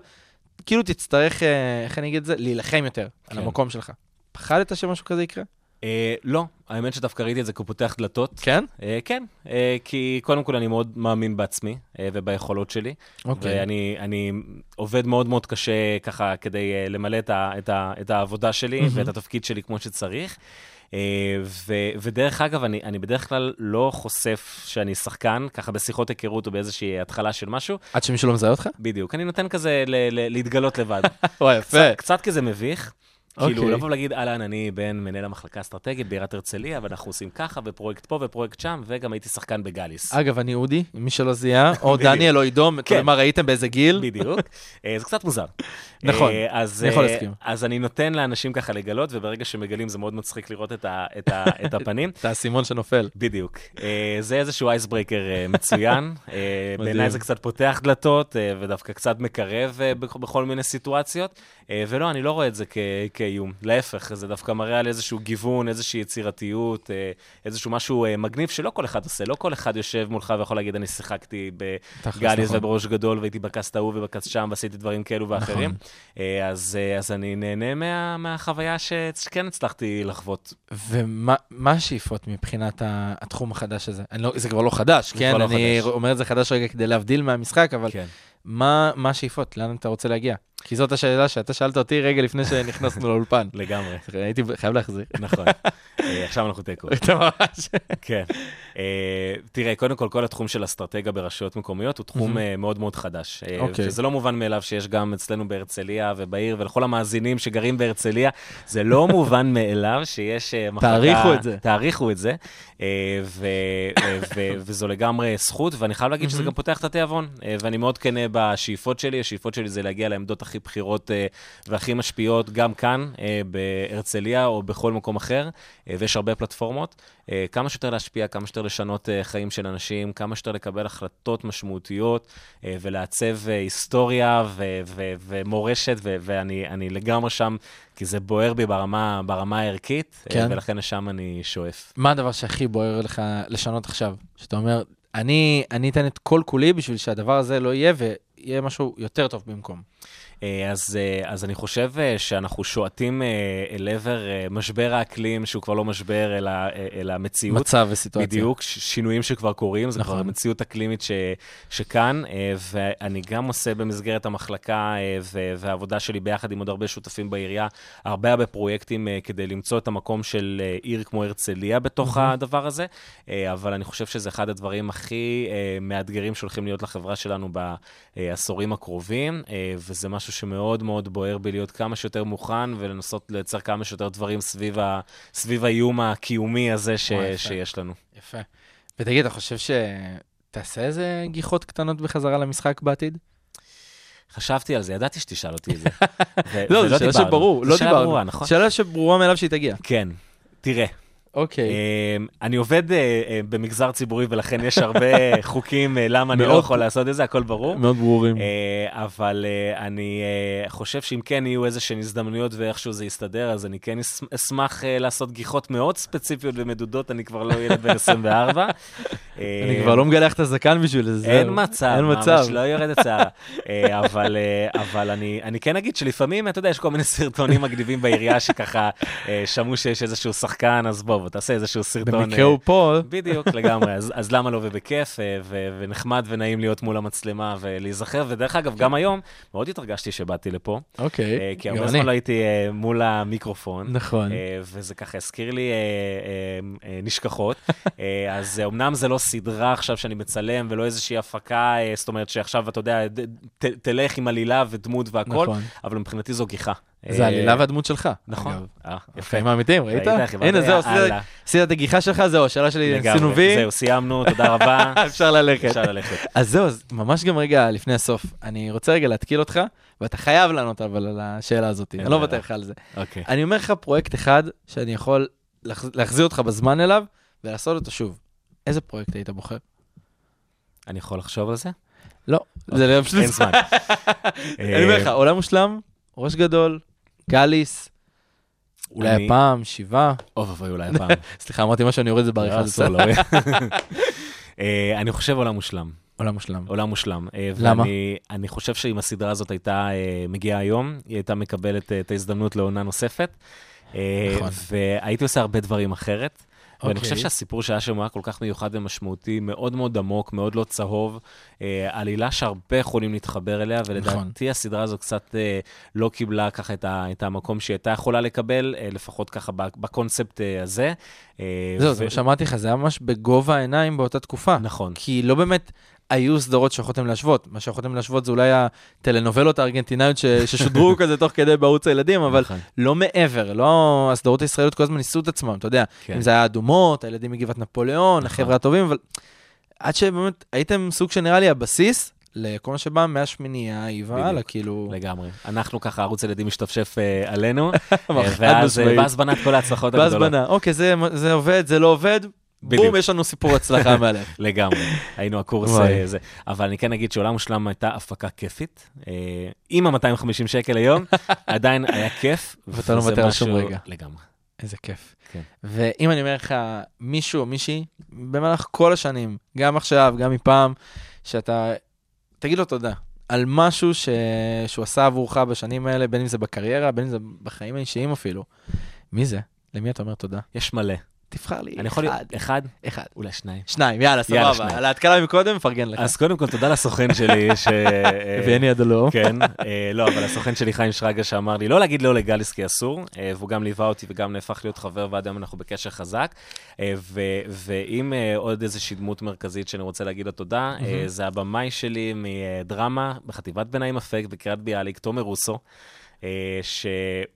כאילו תצטרך, אה, איך אני אגיד את זה? להילחם יותר על
כן.
המקום שלך. פחדת שמשהו כזה יקרה?
אה, לא, האמת שדווקא ראיתי את זה כי הוא פותח דלתות.
כן?
אה, כן, אה, כי קודם כל אני מאוד מאמין בעצמי אה, וביכולות שלי.
אוקיי.
ואני אני עובד מאוד מאוד קשה ככה כדי אה, למלא את, ה, את, ה, את העבודה שלי mm-hmm. ואת התפקיד שלי כמו שצריך. אה, ו, ודרך אגב, אני, אני בדרך כלל לא חושף שאני שחקן, ככה בשיחות היכרות או באיזושהי התחלה של משהו.
עד שמישהו לא מזהה אותך?
בדיוק, אני נותן כזה ל, ל, להתגלות לבד.
וואי,
קצת, קצת כזה מביך.
אוקיי.
כאילו, לבוא ולהגיד, אהלן, אני בן מנהל המחלקה האסטרטגית בעירת הרצליה, ואנחנו עושים ככה, ופרויקט פה ופרויקט שם, וגם הייתי שחקן בגאליס.
אגב, אני אודי, מי שלא זיהה, או
בדיוק.
דניאל או עידו, תלוי
כן.
מה ראיתם באיזה גיל.
בדיוק. אה, זה קצת מוזר.
נכון,
אה, אז,
אני יכול
אה,
להסכים.
אז אני נותן לאנשים ככה לגלות, וברגע שמגלים זה מאוד מצחיק לראות את ה- את ה- את הפנים.
את האסימון שנופל.
בדיוק. אה, זה איזשהו אייסברייקר אה, מצוין. אה, בעיניי זה קצת פותח דלתות, אה, ודווקא קצת מקרב אה, בכ- בכל מיני סיטואציות. אה, ולא, אני לא רואה את זה כ- כאיום. להפך, זה דווקא מראה על איזשהו גיוון, איזושהי יצירתיות, אה, איזשהו משהו אה, מגניב שלא כל אחד עושה. לא כל אחד יושב מולך ויכול להגיד, אני שיחקתי
תכלס,
בגאליס
נכון.
ובראש גדול, והייתי בקאסט ההוא ובקאסט שם, ועשיתי דברים כאלו ואחרים.
נכון.
אה, אז אה, אז אני נהנה מה- מהחוויה ש- שכן הצלחתי לחוות.
ומה מה השאיפות מבחינת ה- התחום החדש הזה? אני לא- זה כבר לא חדש,
זה
כן?
כבר לא
אני
חדש. כן.
אומר את זה חדש רגע כדי להבדיל מהמשחק, אבל מה מה השאיפות? לאן אתה רוצה להגיע? כי זאת השאלה שאתה שאלת אותי רגע לפני שנכנסנו לאולפן.
לגמרי.
הייתי חייב להחזיר.
נכון. אה, עכשיו אנחנו תיקו.
אתה ממש...
כן. אה, תראה, קודם כל, כל התחום של אסטרטגיה ברשויות מקומיות הוא תחום אה, מאוד מאוד חדש. אה,
אוקיי.
שזה לא מובן מאליו שיש גם אצלנו בהרצליה ובעיר, ולכל המאזינים שגרים בהרצליה, זה לא מובן מאליו שיש אה, מחלקה...
תעריכו את זה.
תעריכו את זה, אה, ו- אה, ו- וזו לגמרי זכות, ואני חייב להגיד שזה גם פותח את התיאבון, אה, ואני מאוד כנה בשאיפות שלי, השאיפות שלי זה להגיע לעמדות הכי בכירות אה, והכי משפיעות גם כאן, אה, בהרצליה או בכל מקום אחר, אה, ויש הרבה פלטפורמות. אה, כמה שיותר להשפיע, כמה שיותר לשנות אה, חיים של אנשים, כמה שיותר לקבל החלטות משמעותיות אה, ולעצב אה, היסטוריה ו- ו- ומורשת, ו- ואני אני לגמרי שם, כי זה בוער בי ברמה, ברמה הערכית,
כן.
כן. ולכן לשם אני שואף.
מה הדבר שהכי בוער לך לשנות עכשיו? שאתה אומר, אני אני אתן את כל כולי בשביל שהדבר הזה לא יהיה ויהיה משהו יותר טוב במקום.
אה, אז, אה, אז אני חושב אה, שאנחנו שועטים אה, אל עבר אה, משבר האקלים, שהוא כבר לא משבר, אלא, אה, אלא מציאות.
מצב וסיטואציה.
בדיוק, ש- שינויים שכבר קורים, זה
נכון.
כבר מציאות אקלימית ש, שכאן, אה, ואני גם עושה במסגרת המחלקה אה, ו- והעבודה שלי ביחד עם עוד הרבה שותפים בעירייה, הרבה הרבה פרויקטים אה, כדי למצוא את המקום של אה, עיר כמו הרצליה בתוך הדבר הזה, אה, אבל אני חושב שזה אחד הדברים הכי אה, מאתגרים שהולכים להיות לחברה שלנו בעשורים הקרובים, אה, וזה משהו שמאוד מאוד בוער בי להיות כמה שיותר מוכן ולנסות לייצר כמה שיותר דברים סביב, ה, סביב האיום הקיומי הזה ש,
וואי, יפה.
שיש לנו.
יפה. ותגיד, אתה חושב שתעשה איזה גיחות קטנות בחזרה למשחק בעתיד?
חשבתי על זה, ידעתי שתשאל אותי את זה. ו-
לא,
ולא
זו שאלה
דיברנו.
שברור,
זו
לא
שאלה
דיברנו.
ברורה, נכון?
שאלה שברורה מאליו שהיא תגיע.
כן, תראה,
אוקיי.
אמ, אני עובד אה, אה, במגזר ציבורי ולכן יש הרבה חוקים אה, למה אני לא
מאוד.
יכול לעשות את זה, הכל ברור.
מאוד ברורים.
אה, אבל אה, אני אה, חושב שאם כן יהיו איזה שהן הזדמנויות ואיכשהו זה יסתדר, אז אני כן אש- אשמח אה, לעשות גיחות מאוד ספציפיות ומדודות, אני כבר לא ילד בן 24.
אני כבר לא מגלח את הזקן בשביל זה.
אין
זהו.
מצב,
אין
ממש
מצב.
לא יורדת שערה. אה, אבל, אה, אבל אני, אני כן אגיד שלפעמים, אתה יודע, יש כל מיני סרטונים מגניבים בעירייה שככה אה, שמעו שיש איזשהו שחקן, אז בוא, בוא, תעשה איזשהו סרטון. אה,
במקרה הוא פה,
בדיוק, לגמרי, אז, אז למה לא ובכיף, אה, ו- ונחמד ונעים להיות מול המצלמה ולהיזכר, ודרך אגב, גם היום, מאוד התרגשתי שבאתי לפה, אה,
אוקיי.
כי
גם
הרבה
אני.
זמן לא הייתי אה, מול המיקרופון.
נכון.
אה, וזה ככה הזכיר לי אה, אה, אה, נשכחות. אה, אז אה, אמנם זה לא סדרה עכשיו שאני מצלם, ולא איזושהי הפקה, אה, זאת אומרת שעכשיו, אתה יודע, ד- ת- תלך עם עלילה ודמות והכל,
נכון.
אבל מבחינתי זו גיחה.
זה
אה,
העלילה והדמות שלך.
נכון.
אגב.
אה, יפה.
החיים האמיתיים, ראית?
ראית, איך
הנה,
הבנת?
זהו,
יאללה.
עשית- עשית את הגיחה שלך, זהו, השאלה שלי,
לגמרי.
עשינו וי.
זהו, סיימנו, תודה רבה.
אפשר ללכת.
אפשר ללכת.
אז זהו, אז ממש גם רגע לפני הסוף, אני רוצה רגע להתקיל אותך, ואתה חייב לענות אבל על השאלה הזאת, אני לא
ברירה.
מוותר לך על זה.
אוקיי.
אני אומר לך פרויקט אחד שאני יכול להחז- להחזיר אותך בזמן אליו ולעשות אותו שוב. איזה פרויקט היית בוחר?
אני יכול לחשוב על זה?
לא, זה לא פשוט.
אין זמן. אה,
אני אומר לך, עולם מושלם, ראש גדול, גליס, אולי
אני-
הפעם, שבעה.
אוי ואבוי, אולי הפעם.
סליחה, אמרתי משהו, אני יורד את זה בעריכה.
לא,
זה
אסור,
בסדר?
לא. אה, אני חושב עולם מושלם.
עולם מושלם.
עולם מושלם. אה,
למה?
ואני אני חושב שאם הסדרה הזאת הייתה אה, מגיעה היום, היא הייתה מקבלת אה, את ההזדמנות לעונה נוספת. אה,
נכון.
והייתי עושה הרבה דברים אחרת. ואני
אוקיי.
חושב שהסיפור שהיה שם היה כל כך מיוחד ומשמעותי, מאוד מאוד עמוק, מאוד לא צהוב, אה, עלילה שהרבה יכולים להתחבר אליה, ולדעתי
נכון.
הסדרה הזו קצת אה, לא קיבלה ככה את, ה, את המקום שהיא הייתה יכולה לקבל, אה, לפחות ככה ב- בקונספט אה, הזה. אה,
זהו,
ו-
זה מה שאמרתי לך, זה היה ממש בגובה העיניים באותה תקופה.
נכון.
כי לא באמת היו סדרות שיכולתם להשוות. מה שיכולתם להשוות זה אולי הטלנובלות הארגנטינאיות ש- ששודרו כזה תוך כדי בערוץ הילדים, אבל
נכון.
לא מעבר, לא... הסדרות הישראליות כל הזמן ניסו את עצמם, אתה יודע.
כן. נכון.
אם זה היה אדומות, הילדים מגבעת נפוליאון, החבר'ה הטובים, אבל עד שבאמת הייתם סוג שנראה לי הבסיס לכל מה שבא מהשמינייה, היא והלאה,
בדיוק.
כאילו...
לגמרי. אנחנו ככה, ערוץ הילדים משתפשף אה, עלינו, אה,
חד
ואז אה,
משמעית.
ואז בנה את כל ההצלחות
ואז
הגדולות.
בנה, אוקיי, זה, זה עובד, זה לא עובד, בום,
בדיוק.
יש לנו סיפור הצלחה מעליהם.
לגמרי, היינו הקורס
וואי.
אה, זה. אבל אני כן אגיד שעולם מושלם הייתה הפקה כיפית. אה, עם ה-250 שקל ליום, עדיין היה כיף.
ואתה לא
וזה
מוותר על שום
משהו-
רגע.
לגמרי.
איזה כיף.
כן.
ואם אני אומר לך, מישהו או מישהי, במהלך כל השנים, גם עכשיו, גם מפעם, שאתה, תגיד לו תודה על משהו ש... שהוא עשה עבורך בשנים האלה, בין אם זה בקריירה, בין אם זה בחיים האישיים אפילו. מי זה? למי אתה אומר תודה?
יש מלא.
תבחר לי
אני
אחד,
יכול... אחד?
אחד.
אולי שניים.
שניים, יאללה,
יאללה,
סבבה.
שניים.
על ההתקלה מקודם, מפרגן לך.
אז קודם כל, תודה לסוכן שלי, ש... אה,
ואני עד הלא.
כן, אה, לא, אבל הסוכן שלי חיים שרגא שאמר לי לא להגיד לא לגאליס כי אסור, אה, והוא גם ליווה אותי וגם נהפך להיות חבר, ועד היום אנחנו בקשר חזק. אה, ו- ואם אה, עוד איזושהי דמות מרכזית שאני רוצה להגיד לה תודה, אה, זה הבמאי שלי מדרמה בחטיבת ביניים אפק בקריית ביאליק, תומר רוסו. אה,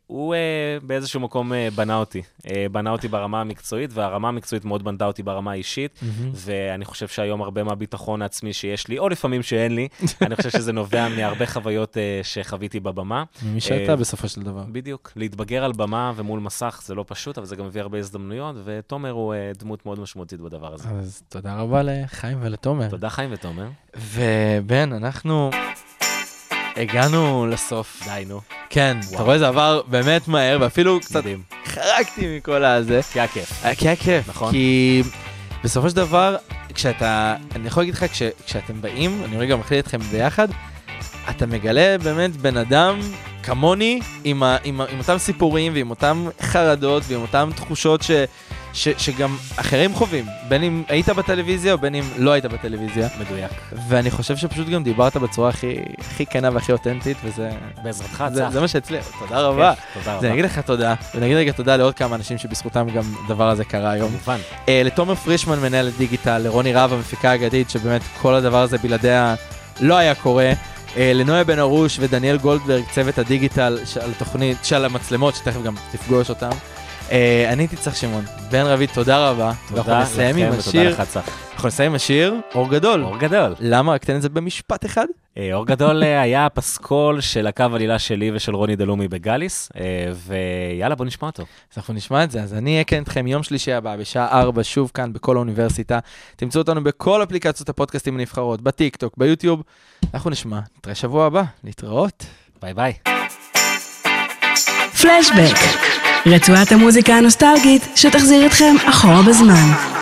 שהוא אה, באיזשהו מקום אה, בנה אותי. אה, בנה אותי ברמה המקצועית, והרמה המקצועית מאוד בנתה אותי ברמה האישית, ואני חושב שהיום הרבה מהביטחון העצמי שיש לי, או לפעמים שאין לי, אני חושב שזה נובע מהרבה חוויות אה, שחוויתי בבמה.
ממי
אה,
שאתה בסופו של דבר.
בדיוק. להתבגר על במה ומול מסך זה לא פשוט, אבל זה גם מביא הרבה הזדמנויות, ותומר הוא אה, דמות מאוד משמעותית בדבר הזה.
אז תודה רבה לחיים ולתומר.
תודה, חיים ותומר.
ובן, אנחנו הגענו לסוף.
די, נו.
כן, אתה רואה, זה עבר באמת מהר, ואפילו קצת
מדהים.
חרקתי מכל הזה.
כי היה כיף.
אה, כי היה כיף,
נכון.
כי בסופו של דבר, כשאתה, אני יכול להגיד לך, כש, כשאתם באים, אני רגע מחליט אתכם ביחד, אתה מגלה באמת בן אדם כמוני, עם, ה, עם, ה, עם אותם סיפורים ועם אותם חרדות ועם אותם תחושות ש, ש, שגם אחרים חווים, בין אם היית בטלוויזיה או בין אם לא היית בטלוויזיה.
מדויק.
ואני חושב שפשוט גם דיברת בצורה הכי, הכי כנה והכי אותנטית, וזה
בעזרתך,
זה,
צח.
זה מה שאצלי, תודה רבה.
כיף, תודה
אז אני
רבה.
אגיד לך תודה, ונגיד רגע תודה לעוד כמה אנשים שבזכותם גם הדבר הזה קרה היום.
כמובן.
אה, לתומר פרישמן, מנהל הדיגיטל, לרוני רהב, המפיקה האגדית, שבאמת כל הדבר הזה בלעדיה לא היה קורה. אה, לנויה בן ארוש ודניאל גולדברג, צוות הדיגיטל של התוכנית, של המצלמות, שתכף גם תפגוש אותם. אה, אני הייתי צריך שמעון. בן רביד, תודה רבה. ואנחנו
תודה
נסיים עם
לכם ותודה
השיר,
לך, צח.
אנחנו נסיים עם השיר, אור גדול.
אור גדול.
למה? רק תן את זה במשפט אחד.
אה, אור גדול אה, היה הפסקול של הקו עלילה שלי ושל רוני דלומי בגאליס, אה, ויאללה, בוא נשמע אותו.
אז אנחנו נשמע את זה. אז אני אהיה כאן איתכם יום שלישי הבא בשעה 4, שוב כאן בכל האוניברסיטה. תמצאו אותנו בכל אפליקציות הפודקאסטים הנבחרות, בטיקטוק, ביוטיוב. אנחנו נשמע. נתראה שבוע הבא, להתראות.
ביי ביי.
פלשבק, רצועת המוזיקה הנוסטלגית שתחזיר אתכם אחורה בזמן.